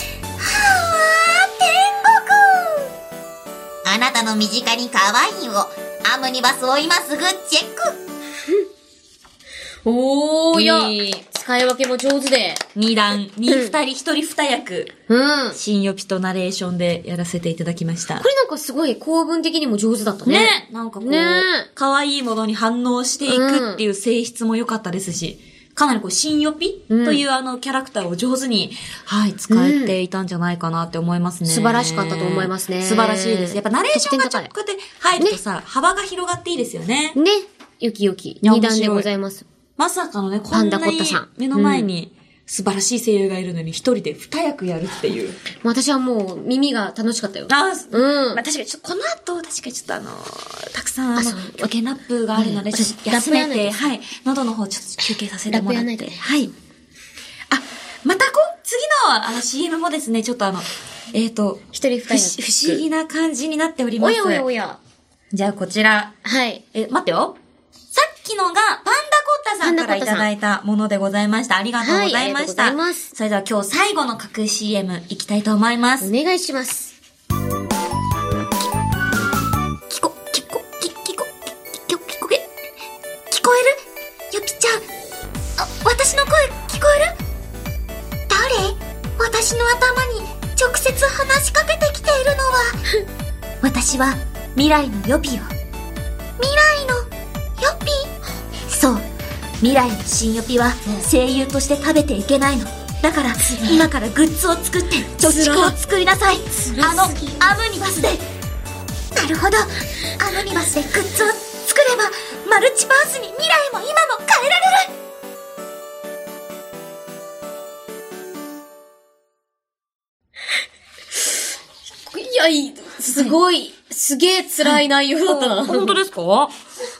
S4: 天国あなたの身近に可愛いを、アムニバスを今すぐチェック
S2: おー、いや
S3: いい、
S2: 使い分けも上手で。
S3: 二段、に二人、一人二役、
S2: うん。これなん
S3: 新予備とナレーションでやらせていただきました。
S2: かすごい構文的にも上手だったね。
S3: ねなんかこう
S2: ね、
S3: 可愛いものに反応していくっていう性質も良かったですし、かなりこう、新予備
S2: うん
S3: というあの、キャラクターを上手に、はい、使えていたんじゃないかなって思いますね。
S2: 素晴らしかったと思いますね
S3: 素晴らしいです。やっぱナレーションがちょっとこうやって入ると
S2: ね
S3: さ、幅が広がっていいですよね。
S2: ね。よきよき。
S3: や
S2: 二段
S3: 面
S2: で
S3: 白い
S2: ございます。
S3: まさかのね、こ
S2: パ
S3: ん
S2: ンダ
S3: な
S2: コッ
S3: に
S2: タさん
S3: 目の前に素晴らしい声優がいるのに一人で二役やるっていう。
S2: まあ私はもう耳が楽しかったよ。
S3: あ
S2: うん
S3: まあ確かにちょっとこの後、確かにちょっとあのー、たくさんあの
S2: あそう、
S3: ロケラップがあるので、
S2: うん
S3: ちょっと休
S2: ラップやら
S3: め
S2: ないで
S3: て、はい、喉の方ちょっと休憩させても
S2: ラップ
S3: ら
S2: や
S3: っ
S2: らない
S3: て。
S2: で
S3: はい。あ、またこ、次のあの CM もですね、ちょっとあの、えっ、ー、と、
S2: 一人二人。
S3: 不思不思議な感じになっておりま
S2: お
S3: す。
S2: やおやおや。
S3: じゃあこちら、
S2: はい。
S3: え、待ってよ。さっきのが、パンダコッタさんから
S2: パンダコッ
S3: い
S2: タさん
S3: ただいたものでございました。ありがとうございました。
S2: はいありがとうございます
S3: それでは今日最後の架空 CM いきたいと思いま
S2: お
S3: す。
S2: 願いします。
S4: 聞こ、聞こ、き、聞こ、き、き、聞こえ、聞こえるゆきちゃん。あ、私の声、聞こえる誰私の頭に直接話しかけてきているのは。 私は未来の予備を。未来の予備そう。未来の新予備は声優として食べていけないの。だから、今からグッズを作って、貯蓄を作りなさい。あの、アムニバスで。なるほどアノニマスでグッズを作ればマルチバースに未来も今も変えられる
S2: いや、いいすごい、すげえ辛い内容だったな。
S3: 本当ですか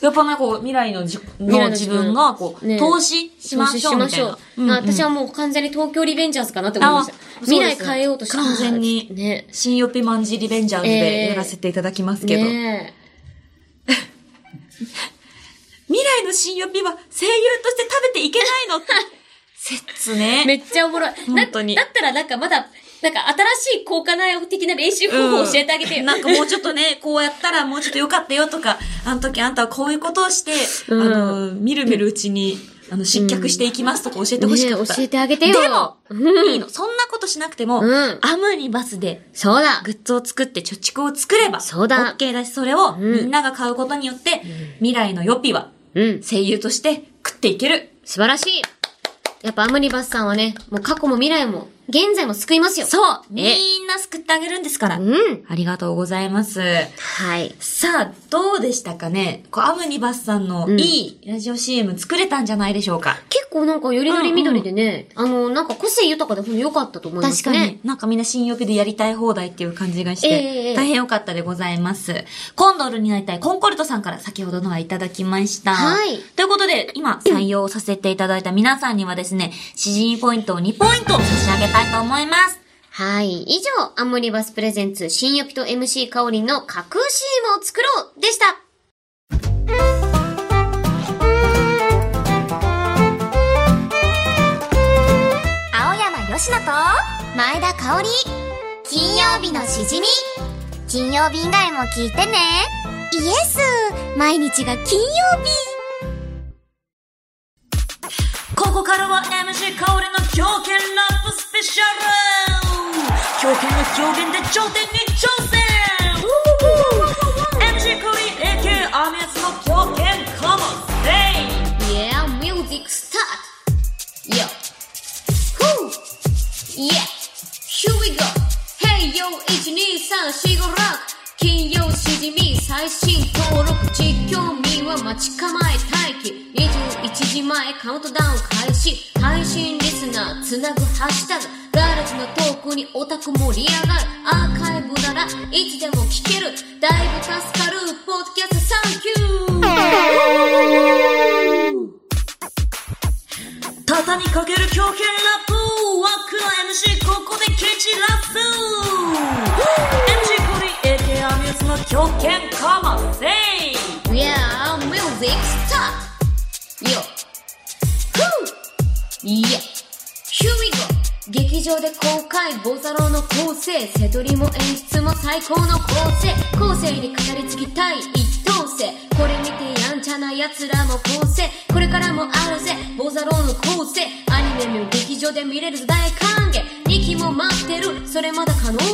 S3: やっぱね、こう、未来のじ
S2: 未来
S3: の
S2: の自
S3: 自
S2: 分
S3: 分が、こう、
S2: ね
S3: 投資しましょうみたい
S2: 投
S3: な
S2: 資し。
S3: うんうん
S2: まあ私はもう完全に東京リベンジャーズかなって思いました
S3: あ。そう
S2: 未
S3: です
S2: 来変えようとして
S3: 完全に
S2: ね。
S3: 新予備マンジリベンジャーズ
S2: え
S3: で
S2: え
S3: やらせていただきますけど。
S2: ね
S3: 未来の新予備は声優として食べていけない のって。説
S2: え
S3: ね。
S2: めっちゃおもろい。な
S3: 本当に
S2: だったらなんかまだ、なんか新しい効果内的な練習方法を教えてあげてよ。
S3: うんなんかもうちょっとね、こうやったらもうちょっと良かったよとか、あの時あんたはこういうことをして、
S2: うん
S3: あの、みるみるうちに、あの、失脚していきますとか教えてほしかっ
S2: ねえ
S3: た。
S2: 教えてあげてよ
S3: でも、
S2: うん
S3: いいの。そんなことしなくても、
S2: うん
S3: アムニバスで、
S2: そうだ
S3: グッズを作って貯蓄を作れば、
S2: そうだ
S3: OK だし、それを
S2: ん
S3: みんなが買うことによって、未来のヨピは、
S2: うん。
S3: 声優として食っていける。
S2: 素晴らしいやっぱアムニバスさんはね、もう過去も未来も、現在も救いますよ。
S3: そう
S2: ね
S3: みんな救ってあげるんですから。
S2: うん。
S3: ありがとうございます。
S2: はい。
S3: さあ、どうでしたかねこう、アムニバスさんの
S2: ん
S3: いいラジオ CM 作れたんじゃないでしょうか。
S2: 結構なんかよりどり緑でね、あの、なんか個性豊かでほんと良かったと思いますね。
S3: 確かに、なんかみんな新予備でやりたい放題っていう感じがして、
S2: ええ
S3: 大変良かったでございます。コンドルになりたいコンコルトさんから先ほどのはいただきました。
S2: はい
S3: ということで、今採用させていただいた皆さんにはですね、詩人ポイントを2ポイント差し上げたいと思います。
S2: はい。以上、アンモリバスプレゼンツ、新予備と MC カオリンの架空 CM を作ろうでした。
S4: 青山よしと前田香織金曜日のしじみ金曜日以外も聞いてねイエス毎日が金曜日
S3: ここからは MC カオルの狂犬ラップスペシャル狂犬の狂言で頂点に挑戦 MC カオリ AK アメスの狂犬カモステイ
S2: Yeah, music start! Yo! Whoo! Yeah! Here we go! Hey yo! 12345金曜しじみ最新登録実況見は待ち構え待機21時前カウントダウン開始配信リスナーつなぐハッシュタグガールズのトークにオタク盛り上がるアーカイブならいつでも聞けるだいぶ助かるポッドキャストサンキュー
S3: 畳みかける狂犬ラップワークの MC ここでケチラップ MC コリ AK アミューズの狂犬カマセイ
S2: Yeah, music stop. Yo. Woo. Yeah. Here we go. 劇場で公開、ボザロの構成。セドリも演出も最高の構成。後世に語り継ぎたい一等星。これ見てやんちゃな奴らも構成。これからもあるぜ、ボザロの構成。あアニメも劇場で見れると大歓迎2期も待ってるそれまだ可能性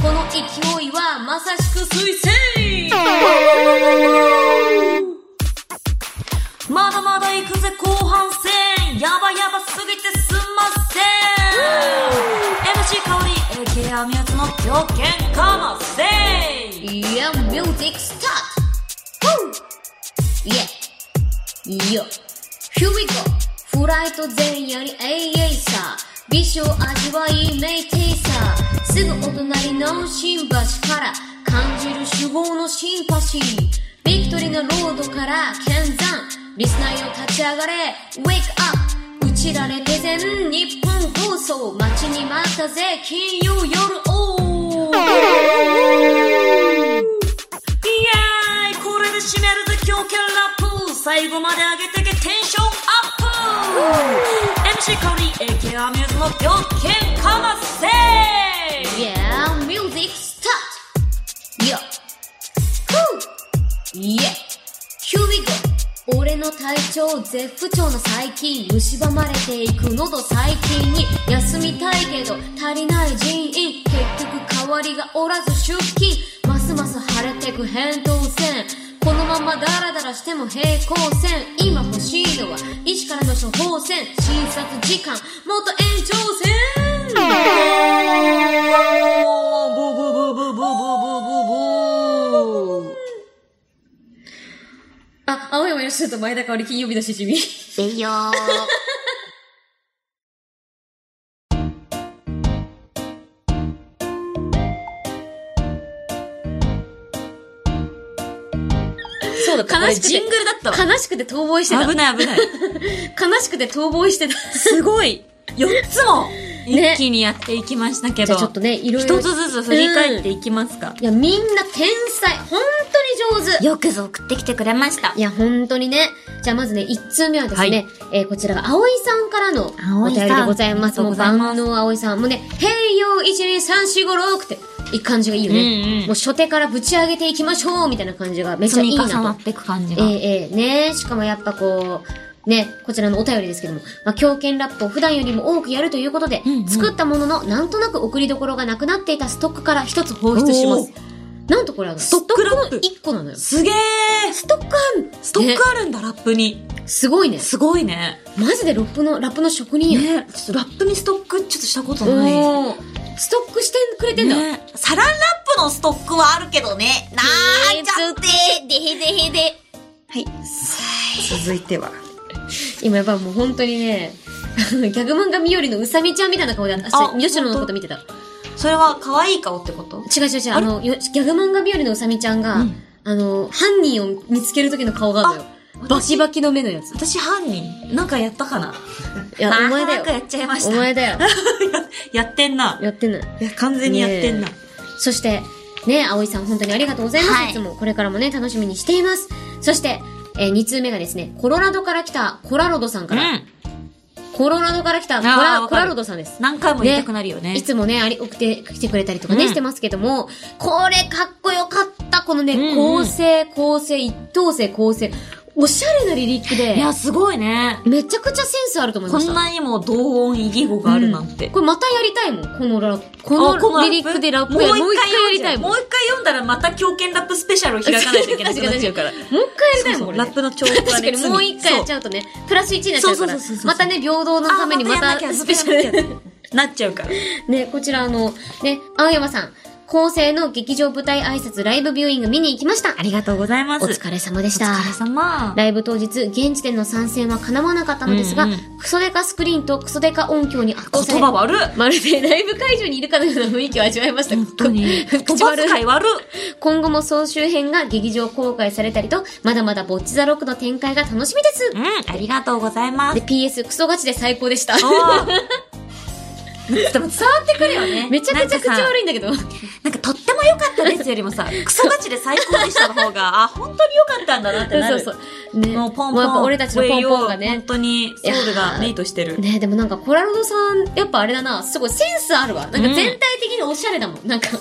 S2: この勢いはまさしく彗星
S3: まだまだ行くぜ後半戦やばやばすぎてすんません MC 香り AK アミューズの狂犬かませい
S2: Yeah, music start! Woo! Yeah! Yo! Here we go! フライト前夜に AA さ美少味わいメイテイサーすぐお隣の新橋から感じる主語のシンパシービクトリーのロードから剣山リスナーよ立ち上がれ Wake up! うちらレペゼン日本放送待ちに待ったぜ金曜夜を
S3: イエーイこれで締めるぜ狂犬ラップ最後まで上げてけテンションアップ MC 香り AK アミューズの狂犬かませ
S2: Yeah, music start. Yo. Woo. Yeah. Here we go. 俺の体調絶不調の最近蝕まれていく喉最近に休みたいけど足りない人員結局代わりがおらず出勤ますます晴れてく扁桃腺このままダラダラしても平行線今欲しいのは医師からの処方箋診察時間もっと延長線
S3: ブブブブブブブブブ
S2: あ、青山よしと前田香織金曜日のしじみ。
S4: せよー。
S2: そうだった
S3: 悲
S2: 俺
S3: しくて
S2: ジングルだったわ。悲しくて逃亡してた。
S3: 危ない危ない。
S2: 悲しくて逃亡してた。
S3: すごい !4 つも
S2: ね
S3: 一気にやっていきましたけ
S2: じ
S3: ど、
S2: ゃあちょっとね、いろいろ。
S3: 一つずつ振り返っていきますか。
S2: いや、みんな天才。本当に上手。
S3: よくぞ送ってきてくれました
S2: い。や、本当にね。じゃあまずね、一通目はですね、えーこちらが葵さんからのお
S3: 葵さ
S2: 便
S3: ん
S2: りでございま
S3: ありが
S2: す。
S3: とう
S2: もう
S3: ございま
S2: 万
S3: す
S2: 能葵さん。もうね、平洋12345って、いい感じがいいよね。
S3: うんうん
S2: もう初手からぶち上げていきましょうみたいな感じがめっちゃい
S3: 積
S2: い
S3: み
S2: な
S3: 重
S2: と。
S3: なっていく感じ
S2: え
S3: が。
S2: えええねえしかもやっぱこう、ね、こちらのお便りですけども、まあ、狂犬ラップを普段よりも多くやるということで、
S3: うんうん
S2: 作ったものの、なんとなく送りどころがなくなっていたストックから一つ放出します
S3: お。
S2: なんとこれあの、ス
S3: スト
S2: ト
S3: ッ
S2: ック
S3: クラップ
S2: の1個なのよ。ス
S3: すげー
S2: トックあん
S3: ストックあるんだ、ラップに。
S2: すごいね。
S3: すごいね。
S2: マジでラップの、ラップの職人や。
S3: ね、ちょっとラップにストックちょっとしたことない。
S2: おーストックしてくれてんだ。
S3: ねサランラップのストックはあるけどね。なーちゃって。
S2: でへでへで。
S3: はい。続いては。
S2: 今やっぱもう本当にね、 あのギャグ漫画みよりのうさみちゃんみたいな顔で、私、
S3: あ
S2: 吉野のこと見てた。
S3: それは可愛い顔ってこと
S2: 違う違う違う、あの、よギャグ漫画日和のうさみちゃんが、
S3: うん
S2: あの、犯人を見つける時の顔があるのよ。バキバキの目のやつ。
S3: 私犯人なんかやったかない
S2: や、お前だ
S3: なんかや
S2: よ。
S3: っちゃいました。
S2: お前だよ。
S3: やってんな。
S2: やってない。
S3: いや、完全にやってんな。
S2: ねそして、ね、葵さん本当にありがとうございます。
S4: はい
S2: い、つもこれからもね、楽しみにしています。そして、えー、2通目がですね、コロラドから来たコラロドさんから、
S3: うん。
S2: コロラドから来たコ
S3: あー
S2: ラ
S3: わ
S2: コ
S3: かる
S2: ラロドさんです。
S3: 何回も言いたくなるよね。
S2: いつもね、あり、送ってきてくれたりとかね、
S3: うん
S2: してますけども、これかっこよかった。このね、
S3: うんうん
S2: 構成、構成、一等星、構成。おしゃれなリリックで
S3: い、や、すごいね。
S2: めちゃくちゃセンスあると思い
S3: こ
S2: ました。
S3: んなにも同音異義語があるなんて。
S2: これまたやりたいもん。このラ
S3: あ
S2: このリリックでラップや
S3: もう
S2: もう
S3: 一
S2: 一
S3: 回
S2: 回やりたいもん。
S3: もう一回読んだらまた狂犬ラップスペシャルを開かないといけなくなっちゃうから。
S2: もう一回やりたい
S3: そ
S2: もん
S3: う
S2: これね。
S3: ラップの調布は
S2: 確か
S3: ね
S2: にもう一回やっち
S3: ゃう。
S2: ゃうとね、プラス1になっちゃうか
S3: そう
S2: ら
S3: そうそうそう、そう
S2: またね、平等のためにまたスペシャル。
S3: ル。 なっちゃうから。
S2: ね、こちらあの、ね、青山さん、構成の劇場舞台挨拶ライブビューイング見に行きました。
S3: ありがとうございます。
S2: お疲れ様でし
S3: お
S2: た。
S3: 疲れ様。
S2: ライブ当日、現時点の参戦は叶わなかったのですが、
S3: うんうん
S2: クソデカスクリーンとクソデカ音響に圧倒さ
S3: 言
S2: れ
S3: 葉、悪っ。
S2: まるでライブ会場にいるかのような雰囲気を味わいました。
S3: 本当に。言
S2: 口
S3: 葉
S2: 悪い
S3: 遣い悪っ。
S2: 今後も総集編が劇場公開されたりと、まだまだボッチザロックの展開が楽しみです。
S3: うん、ありがとうございます
S2: で、。PS、クソガチで最高でした。
S3: おーでも伝わってくるよね。
S2: めちゃくちゃ口悪いんだけど。
S3: なんかとっても優良かったですよりもさ、クソガチで最高でしたの方が、あ、本当に良かったんだなって な
S2: そう
S3: る。
S2: そう。ね、
S3: もうポンポン。
S2: もやっぱ俺たちのポンポンが
S3: ウェイを本
S2: ね。
S3: 当にソウルがメイトしてる。
S2: ねでもなんかコラロドさん、やっぱあれだな、すごいセンスあるわ。なんか全体的におしゃれだもん。なんか、いい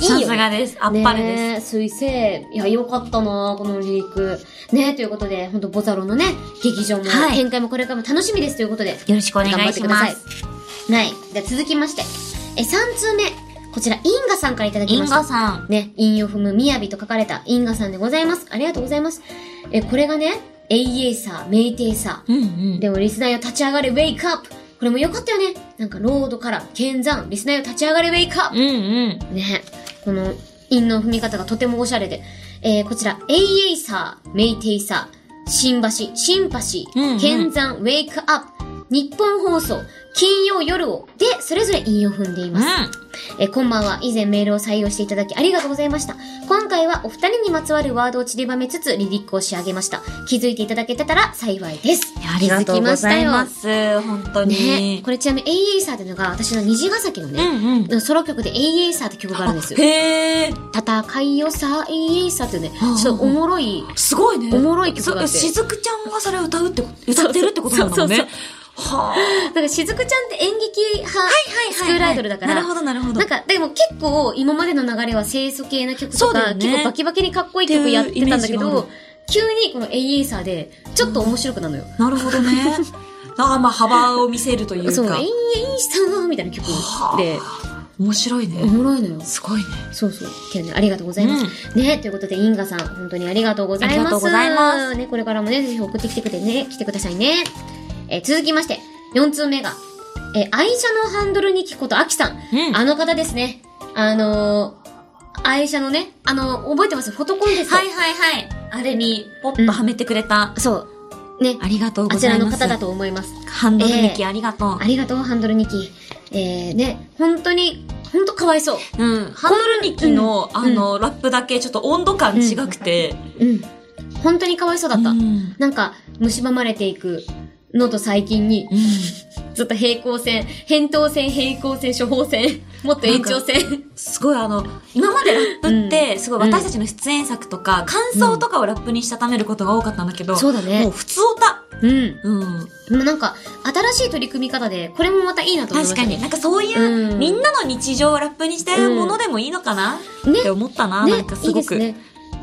S2: よ、
S3: さ
S2: ね。
S3: すがです。あっぱれです。
S2: ねえ、水星。いや、よかったなこのリリーク。ねえ、ということで、本当ボザロのね、劇場も、
S3: はい
S2: 展開もこれからも楽しみですということで、
S3: よろしくお願
S2: 頑張っ
S3: い
S2: て
S3: し
S2: くだ
S3: ま
S2: さい
S3: す。。
S2: はい。じゃあ続きまして、え、3通目。こちら、インガさんからいただき
S3: イ
S2: ま
S3: ン
S2: した。
S3: ガさん。
S2: ね、陰を踏む雅と書かれたインガさんでございます。ありがとうございます。え、これがね、エイエイサー、メイテイサー、
S3: うんうん。
S2: でもリスナーよ立ち上がれウェイクアップこれも良かったよねなんかロードから剣山リスナーよ立ち上がれウェイクアッ
S3: うんうん。
S2: プねこの韻の踏み方がとてもおしゃれで、えー、こちらエイエイサーメイテイサー新橋シンパシ
S3: うんう
S2: ー
S3: ん
S2: 剣山ウェイクアップ日本放送金曜夜をでそれぞれ韻を踏んでいます、えーこんばんは。以前メールを採用していただきありがとうございました。今回はお二人にまつわるワードを散りばめつつリリックを仕上げました。気づいていただけてたら幸いです。
S3: いやありがとうございま
S2: 気づき
S3: す。本当
S2: ましたよ。ね
S3: に。
S2: これちなみに a イサーっていうのが私の虹ヶ崎の
S3: う
S2: ね、
S3: んうん。
S2: ソロ曲で a イサーって曲があるんですよ。
S3: へえ。
S2: 戦いよさ、a イサーっていうね、
S3: うんうん
S2: ちょっとおもろい、
S3: すごいね。
S2: おもろい曲だって
S3: そしずくちゃんがそれ歌うって、歌ってるってことなんだもんね。
S2: そう
S3: は
S2: なんかしずくちゃんって演劇派、
S3: あ。
S2: スクールアイドルだから、
S3: なるほど、なるほど。
S2: なんか、でも結構今までの流れは清楚系な曲と
S3: そうだ
S2: か、
S3: よね
S2: 結構バキバキにかっこいい曲やってたんだけ
S3: っていうイメージがあ
S2: ど
S3: る、
S2: 急にこのエイエイサーで、ちょっと面白くなるのよ。
S3: なるほどね。ああ、まあ、幅を見せるという
S2: そう、
S3: か
S2: エイエ。イサーみたいな曲
S3: はあ
S2: で、
S3: 面白い
S2: お
S3: ね。
S2: もろいのよ。
S3: すごいね。
S2: そうそう。けどね、ありがとうございます。ね、ということで、インガさん、本当にありがとうございます。
S3: ありがとうございます
S2: ね、これからもね、ぜひ送ってきてくれね、来てくださいね。えー続きまして、4通目が、えー愛車のハンドルに聞くこと、アキさん。
S3: うん
S2: あの方ですね。あのー、愛車のね、あのー覚えてますフォトコンテスト。
S3: はいはいはい。あれに、ポッとはめてくれた。
S2: そう。ね、
S3: ありがとう
S2: あ
S3: ご
S2: ち
S3: ざ
S2: ら
S3: い
S2: の
S3: ます。
S2: 方だと思います。
S3: ハンドル力ありがとう
S2: あ。りがとう、ハンドルニキ。えー、ね、本当に、本当かわいそう。
S3: うん。ハンドル力の、
S2: ん
S3: あの、ラップだけちょっと温度感違くて。
S2: うん。本当にかわいそうだった。
S3: うん
S2: なんか、蝕まれていくのと最近に、ずっと平行線、扁桃線、平行線、処方線、もっと延長線。
S3: すごいあの、今までラップって、すごい私たちの出演作とか、感想とかをラップにしたためることが多かったんだけど、
S2: そうだね
S3: もう普通オタ。
S2: うん。
S3: うん。
S2: でもなんか、新しい取り組み方で、これもまたいいなと思いまし
S3: 確
S2: た
S3: か
S2: ね
S3: に。。なんかそういう、
S2: うん
S3: みんなの日常をラップにしてるものでもいいのかな、
S2: うんね
S3: って思ったな、なんか
S2: ね、い
S3: す
S2: いで
S3: ご
S2: す
S3: く。
S2: ね。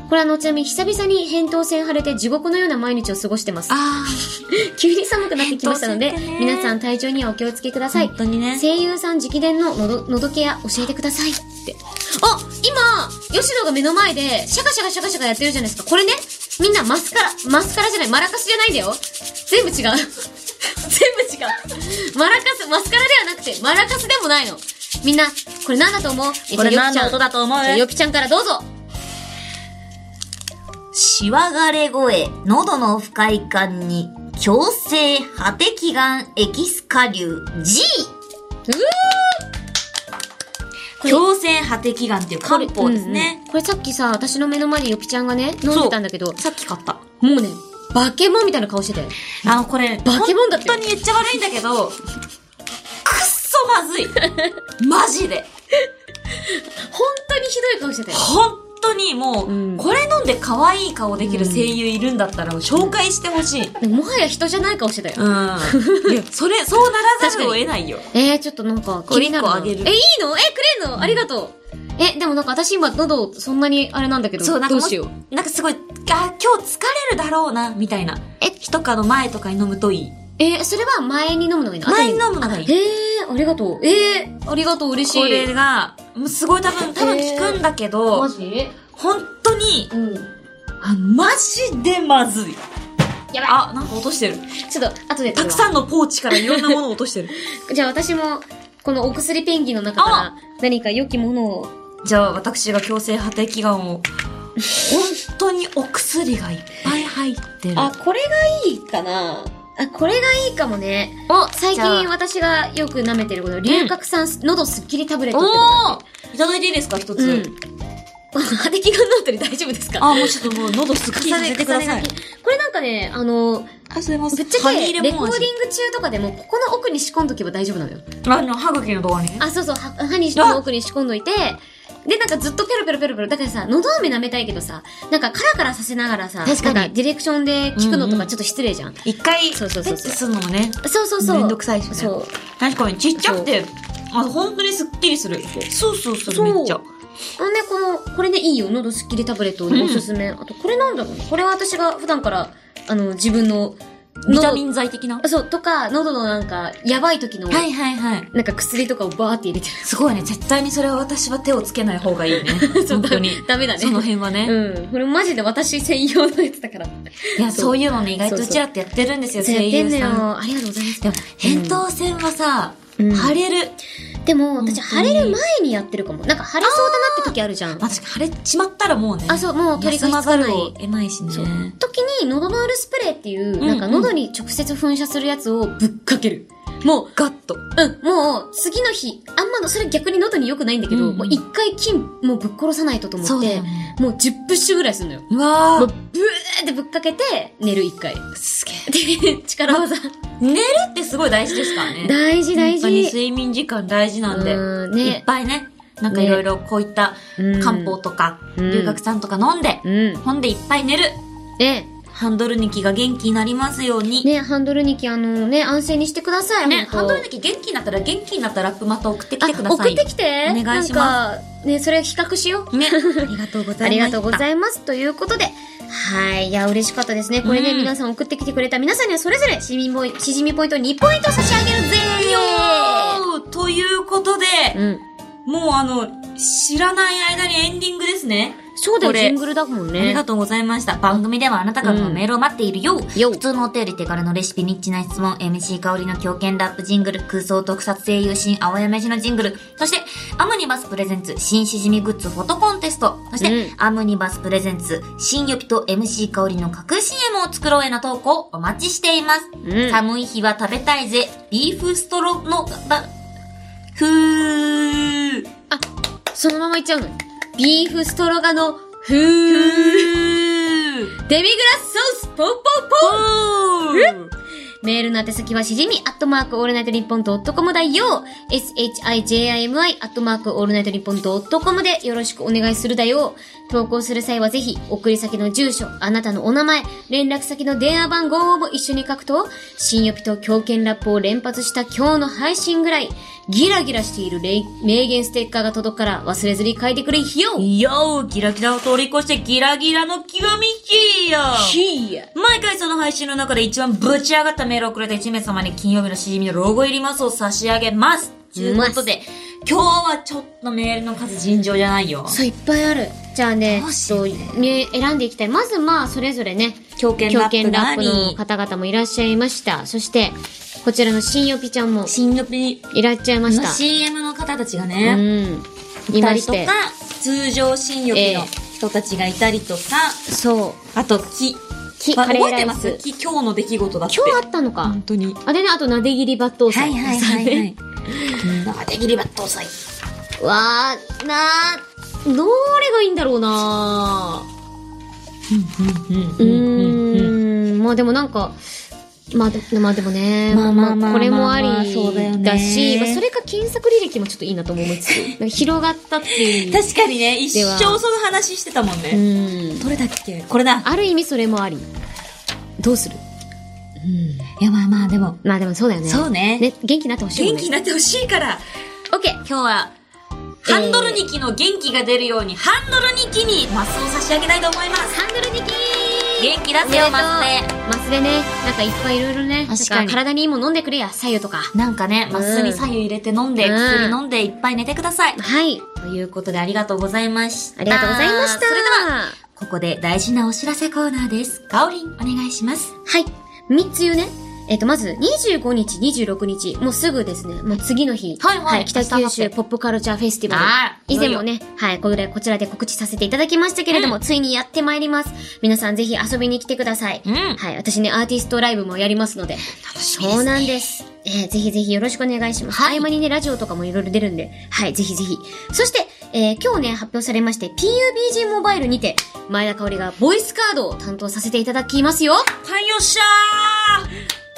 S2: これあの、ちなみに久々に扁桃腺腫れて地獄のような毎日を過ごしてます。
S3: あ
S2: 急に寒くなってきましたので、
S3: 扁桃腺ってね
S2: 皆さん体調にはお気をつけくだ
S3: あ、
S2: さい
S3: 本。当にね。
S2: 声優さん直伝ののど、のどケア教えてくださいって。あ今、吉野が目の前で、シャカシャカシャカシャカやってるじゃないですか。これね、みんなマスカラ、マスカラじゃない、マラカスじゃないんだよ。全部違う。全 部違う。マラカス、マスカラではなくて、マラカスでもないの。みんな、これ何だと思う
S3: これ何
S2: じゃ
S3: の
S2: あ
S3: 音だと思う
S2: じゃあよきちゃんからどうぞ。
S4: しわがれ声、喉の不快感に、強制破滴眼エキスカ流 G!
S2: れ
S3: 強制破滴眼っていう漢方です
S2: う
S3: ね
S2: んう。んこれさっきさ、私の目の前でよきちゃんがね、飲んでたんだけど、も
S3: さっき買った。
S2: うね、化け物みたいな顔してたよ。
S3: あの、これ、
S2: 化け物だった
S3: 本
S2: よ
S3: 当に言っちゃ悪いんだけど、くっそま ずい。マジで。
S2: 本当にひどい顔してたよ。
S3: 本当にもう、
S2: うん
S3: これ飲んで可愛い顔できる声優いるんだったら、紹介してほしい。
S2: でももはや人じゃない顔してたよ。
S3: うん。いや、それ、そうならざるを得ないよ。
S2: えー、ちょっとなんか、気になるな。
S3: 一個あげる
S2: え、いいのえ、くれんのありがとう。え、でもなんか私今喉、そんなにあれなんだけど、
S3: そう、なんか
S2: どう
S3: も
S2: しよう。
S3: なんかすごい、あ、今日疲れるだろうな、みたいな。
S2: え
S3: 日とかの前とかに飲むといい。
S2: えー、それは前に飲むのがいいの
S3: 前に飲むのがい
S2: 後
S3: い
S2: にえー、ありがとう。えー、ありがとう、嬉しい。
S3: これが、もうすごい多分、多分効くんだけど、
S2: ジ
S3: 本当に、
S2: うん。
S3: あマジでまずい。
S2: やばい
S3: あ、なんか落としてる。
S2: ちょっと、後で。
S3: たくさんのポーチからいろんなものを落 としてる。
S2: ん。じゃあ私も、このお薬ペンギンの中から
S3: あ、
S2: 何か良きものを。
S3: じゃあ、私が強制破定祈願を。本当にお薬がいっぱい入ってる。
S2: あ、これがいいかなあ、これがいいかもね。お、最
S3: じゃ
S2: 近
S3: あ
S2: 私がよく舐めてるこの、龍角散、喉すっきりタブレットってのがあって
S3: おーいただいていいですか、一つ。
S2: うん。ハテキガンノートに大丈夫ですか
S3: あ、もうちょっともう喉すっきりさせてください。
S2: これなんかね、あの、
S3: あ、すいま
S2: ぶっちゃけ、レコーディング中とかでも、ここの奥に仕込んどけば大丈夫なのよ。
S3: あの、歯茎のとこにね。
S2: あ、そうそう、は歯に、の奥に仕込んどいて、で、なんかずっとペロペロペロペロ。だからさ、喉飴舐めたいけどさ、なんかカラカラさせながらさ、
S3: 確かに
S2: なんディレクションで聞くのとかちょっと失礼じゃん。
S3: 一回、
S2: そうそうそう
S3: ペッてするのもね。
S2: そうそうそう。
S3: めんどくさいしね
S2: そう。
S3: 確かにちっちゃくて、あ、本当にすっきりする。そうそうする、
S2: そう
S3: めっちゃ。
S2: あのね、この、これでいいよ。喉スッキリタブレットのおすすめ。あと、これなんだろうね。これは私が普段から、あの、自分の、
S3: ビタミン剤的な。
S2: ン。そう、とか、喉のなんか、やばい時の、
S3: はいはいはい。
S2: なんか薬とかをバーって入れて
S3: すごいね。絶対にそれは私は手をつけない方がいいね。本当に。
S2: ダメだね
S3: その辺はね。
S2: る。 うん。これマジで私専用のやつだから。
S3: いや、
S2: そう
S3: そういうのね、意外と
S2: そう
S3: う
S2: そう
S3: ちらってやってるんですよ、
S2: そうや
S3: 声
S2: ってんの
S3: 優さん。
S2: よ。ありがとうございます。
S3: でも、扁桃腺はさ、
S2: うん
S3: 腫れる。
S2: でも、私、腫
S3: 本当に
S2: れる前にやってるかも。なんか腫れそうだなって時あるじゃん。
S3: まあ、確かに腫れちまったらもうね。
S2: あ、そう、もう取り
S3: 休
S2: 返
S3: ま
S2: さ
S3: ざ
S2: な
S3: る
S2: い
S3: を。得ないしね。
S2: そう時に、喉ノールスプレーっていう、なんか
S3: うんうん
S2: 喉に直接噴射するやつをぶっかける。もう、
S3: ガッと。
S2: うん、もう、次の日、あんまの、それ逆に喉に良くないんだけど、
S3: うん
S2: もう一回菌、もうぶっ殺さないとと思
S3: そう
S2: っ
S3: だ
S2: て、
S3: よね。
S2: もう10プッシュぐらいするのよ。
S3: うわ
S2: もう、
S3: ー
S2: ブーってぶっかけて、寝る一回。
S3: すげえ。
S2: で、力技。
S3: 寝るってすご い大事ですからね。
S2: 大事大
S3: 本当に
S2: 事。
S3: 睡眠時間大事なんで。
S2: うん
S3: いっ
S2: ね。
S3: ぱいね、なんかいろいろこういった
S2: うん
S3: 漢方とか、
S2: うん
S3: 留学さんとか飲んで、
S2: うん。
S3: ほんでいっぱい寝る。
S2: ね。
S3: ハンドルニキが元気になりますように。
S2: ね、ハンドルニキ、あのね、安静にしてください。
S3: ね、
S2: 本当
S3: ハンドルニキ元気になったら元気になったラップまた送ってき
S2: あ
S3: てください
S2: 送ってきて。
S3: お願いしま
S2: なんか、ね、それ比較しよう。
S3: ね、 ありがとうございました。
S2: ありがとうございます。ということで、はい。いや、嬉しかったですね。これね、
S3: うん
S2: 皆さん送ってきてくれた皆さんにはそれぞれ、しじみポイしじみポイント2ポイント差し上げるぜ
S3: おーということで、
S2: うん。
S3: もうあの、知らない間にエンディングですね。
S2: そうだよ、
S3: これ
S2: ジングルだもんね。
S3: ありがとうございました。番組ではあなたからのメールを待っているよ。
S2: よ
S3: 普通のお便り手軽のレシピ、ニッチな質問、MC 香りの狂犬ラップジングル、空想特撮声優新青山市のジングル、そして、アムニバスプレゼンツ新しじみグッズフォトコンテスト、そして、
S2: う
S3: アムニバスプレゼンツ新予備と MC 香りの架空 CM を作ろうへの投稿お待ちしています。
S2: うん
S3: 寒い日は食べたいぜ、ビーフストロの、ば、ふー。
S2: そのままいっちゃうの。ビーフストロガの、ふ
S3: ふ
S2: ー。
S3: ー。
S2: デミグラスソース、ポンポンポンメールの宛先はしじみ、アットマークオールナイトニッポンドットコムだよ !shijimi、アットマークオールナイトニッポンドットコムでよろしくお願いするだよ投稿する際はぜひ、送り先の住所、あなたのお名前、連絡先の電話番号をも一緒に書くと、新予備と狂犬ラップを連発した今日の配信ぐらい、ギラギラしているれい名言ステッカーが届くから忘れずに書いてくれよ
S3: よー、ギラギラを通り越してギラギラの極みひーよ
S2: ひー
S3: 毎回その配信の中で一番ぶち上がったメールをくれた1名様に金曜日のしじみのロゴ入りますを差し上げます。ということで、今日はちょっとメールの数尋常じゃないよ。
S2: そう、いっぱいある。じゃあね、
S3: どうし
S2: ち
S3: よ
S2: ょ
S3: う
S2: っ
S3: ね
S2: とね、選んでいきたい。まずまあ、それぞれね、
S3: 狂犬
S2: 狂
S3: ラップ
S2: 犬ラッ
S3: な
S2: プの
S3: り、
S2: 方々もいらっしゃいました。そして、こちらの新よぴちゃんも
S3: 新予備
S2: いらっしゃいまし
S3: の
S2: た。
S3: CM の方たちが
S2: う
S3: ね、
S2: ん。い
S3: いた
S2: ま
S3: り
S2: し
S3: と
S2: て
S3: か。、通常新予備の
S2: え
S3: 人たちがいたりとか、
S2: そう。
S3: あと、き、
S2: き
S3: まあ
S2: カレー
S3: 覚え
S2: ラ
S3: て
S2: イ
S3: ます
S2: ス。
S3: き、今日の出来事だって。
S2: 今日あったのか
S3: 本。当に。
S2: あれね、あと、なで切り抜刀
S3: は
S2: 斎。
S3: いはいはい はい。なんでギリバットさい。
S2: わー、なー、どれがいいんだろうなーうーん。まあでもなんか、まあで、まあでもね、
S3: まあまあまあ
S2: これもあり
S3: まあまあそうだよね
S2: だし、まあそれか検索履歴もちょっといいなとも思い つつ、なんか広がったっていう。
S3: 確かにね、一
S2: で
S3: 生
S2: は
S3: その話してたもん
S2: う
S3: ね。
S2: ん。
S3: どれだっけこれだ。
S2: ある意味それもあり。どうする
S3: いやまあまあ、でも、
S2: まあでもそうだよね。
S3: そうね
S2: ね、元気になってほしいもん
S3: 元
S2: ね。
S3: 気になってほしいから、
S2: オッケー
S3: 今日は、
S2: えー
S3: ハンドルニキの元気が出るように、ハンドルニキにマスを差し上げたいと思います。
S2: ハンドルニキー
S3: 元気出せよ、マスで。
S2: マスでね、なんかいっぱいいろいろね、
S3: 確かに
S2: なん体にいいもの飲んでくれや、左右とか。
S3: なんかね、マスに左右入れて飲んで、
S2: うん
S3: 薬飲んで、いっぱい寝てください。
S2: はい。
S3: ということで、ありがとうございました。
S2: ありがとうございました。
S3: それでは、ここで大事なお知らせコーナーです。かおりん、お願いします。
S2: はい。三つ湯ね。えっ、と、まず、25日、26日、もうすぐですね、もう次の日。
S3: はいはい
S2: 北
S3: 明
S2: 九
S3: 日明
S2: 州
S3: 後日
S2: ポップカルチャーフェスティバル
S3: あー。
S2: 以前もね、はい、これ、こちらで告知させていただきましたけれども、
S3: う
S2: ついにやってまいります。皆さんぜひ遊びに来てください。
S3: うん
S2: はい、私ね、アーティストライブもやりますので。
S3: 楽し
S2: そうなんです。えーぜひぜひよろしくお願いします。
S3: はい
S2: 合間にね、ラジオとかもいろいろ出るんで、はい、ぜひぜひ。そして、えー今日ね、発表されまして、PUBG モバイルにて、前田香織がボイスカードを担当させていただきますよ。
S3: はい、よっしゃー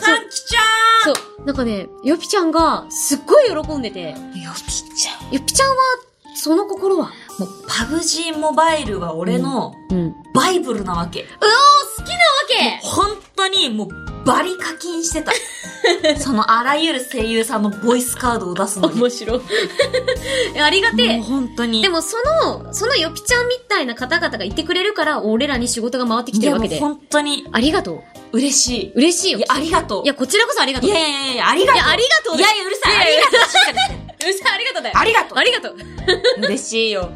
S2: そう
S3: パンキちゃ
S2: そう。なんかね、よぴちゃんがすっごい喜んでて、
S3: ーんよぴちゃん。
S2: よぴちゃんはその心は
S3: もう、パブ G モバイルは俺の
S2: うん。うおー
S3: バイブルなわけ。
S2: 好きなわけ
S3: 本当にもう、バリ課金してた。そのあらゆる声優さんのボイスカードを出すのに。も
S2: 面白い。 ありがて
S3: う
S2: え。
S3: 本当に。
S2: でもその、そのよぴちゃんみたいな方々がいてくれるから、俺らに仕事が回ってき
S3: い
S2: てる
S3: や、
S2: わ
S3: も
S2: け
S3: う
S2: で。
S3: 本当に
S2: ありがとう。
S3: 嬉しい。
S2: 嬉しいよ。
S3: いや、ありがとう。
S2: いや、こちらこそありがと。
S3: いうやいやいやいや、ありがとう。
S2: いやありがとう
S3: いやいや、うるさい。ありがとうしか言って
S2: うるさいありがとうだよ。
S3: ありがとう
S2: ありがとう。
S3: ない。嬉しいよ。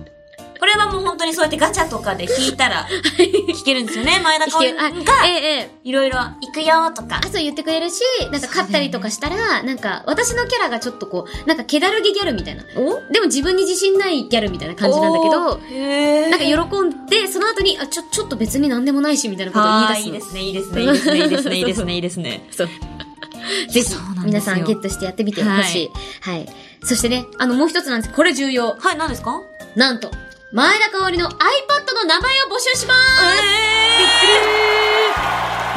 S3: これはもう本当にそうやってガチャとかで弾いたら、弾けるんですよね。前田香織
S2: あ
S3: が、
S2: ええええ。
S3: いろいろ、行くよとか
S2: あ、。そう言ってくれるし、なんか勝ったりとかしたら、なんか私のキャラがちょっとこう、なんか気だるげギャルみたいな。
S3: お
S2: でも自分に自信ないギャルみたいな感じなんだけど、
S3: へ
S2: なんか喜んで、その後に、あ、ちょ、ちょっと別に何でもないし、みたいなことを言い出
S3: あ
S2: す
S3: ー
S2: の。
S3: いいですね、いいですね、いいですね、いいですね、い いですね、いいですね。
S2: そう。ぜひ
S3: そうなんですよ、
S2: 皆さんゲットしてやってみてほしい。はい、そしてね、あの、もう一つなんです。これ重要。
S3: はい、何ですか
S2: なんと、前田香織の iPad の名前を募集しま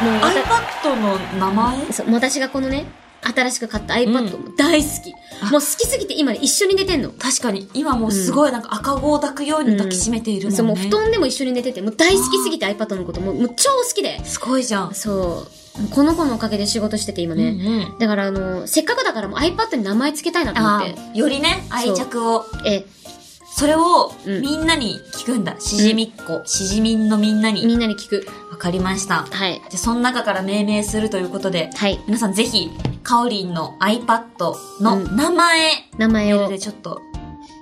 S3: え
S2: すもう
S3: ー、
S2: わた
S3: iPad の名前
S2: そう、もう私がこのね、新しく買った iPad も大好き。
S3: あ
S2: もう好きすぎて今ね、一緒に寝てんの。
S3: 確かに、今もうすごいなんか赤子を抱くように抱きしめているもんね。
S2: そう、もう布団でも一緒に寝てて、もう大好きすぎて iPad のことも、もう超好きで。
S3: すごいじゃん。
S2: そう。この子のおかげで仕事してて今ね。
S3: うんうん
S2: だからあの、せっかくだからもう iPad に名前つけたいなと
S3: あ
S2: 思って。
S3: ーよりね、愛着を。
S2: え、
S3: それを
S2: うん
S3: みんなに聞くんだ。しじみっこ、しじみんのみんな
S2: み
S3: に。
S2: んなに聞く。
S3: わかりました。じゃ
S2: はい。
S3: あ、その中から命名するということで、
S2: はい。
S3: 皆さんぜひ、かおりんの iPad の名前、
S2: 名前
S3: メール
S2: を
S3: でちょっと、
S2: 送っ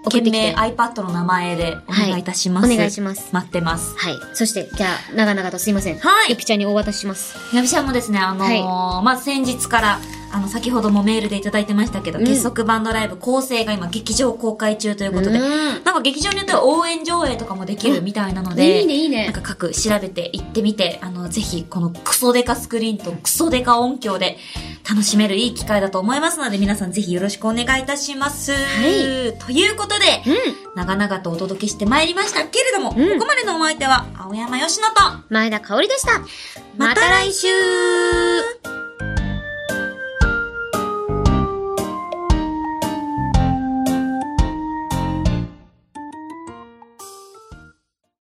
S3: 懸
S2: てきて
S3: 命。iPad の名前でお願いいたします。
S2: はいお願いします
S3: 待ってます。
S2: はい。そして、じゃあ、長々とすいません。
S3: はい
S2: ゆきちゃんにお渡しします。
S3: ナビシャンもですね、あのーまあ、先日から、あの、先ほどもメールでいただいてましたけど、
S2: うん
S3: 結束バンドライブ構成が今劇場公開中ということで、
S2: うん
S3: なんか劇場によっては応援上映とかもできるみたいなので、
S2: いいね、いい
S3: なん
S2: ね。
S3: か各調べて行ってみて、あの、ぜひこのクソデカスクリーンとクソデカ音響で楽しめるいい機会だと思いますので、皆さんぜひよろしくお願いいたします。
S2: い
S3: ということで、
S2: うん。
S3: 長々とお届けしてまいりましたけれども、
S2: うん
S3: ここまでのお相手は青山よしのと、
S2: 前田香織でした。また来週
S3: 来週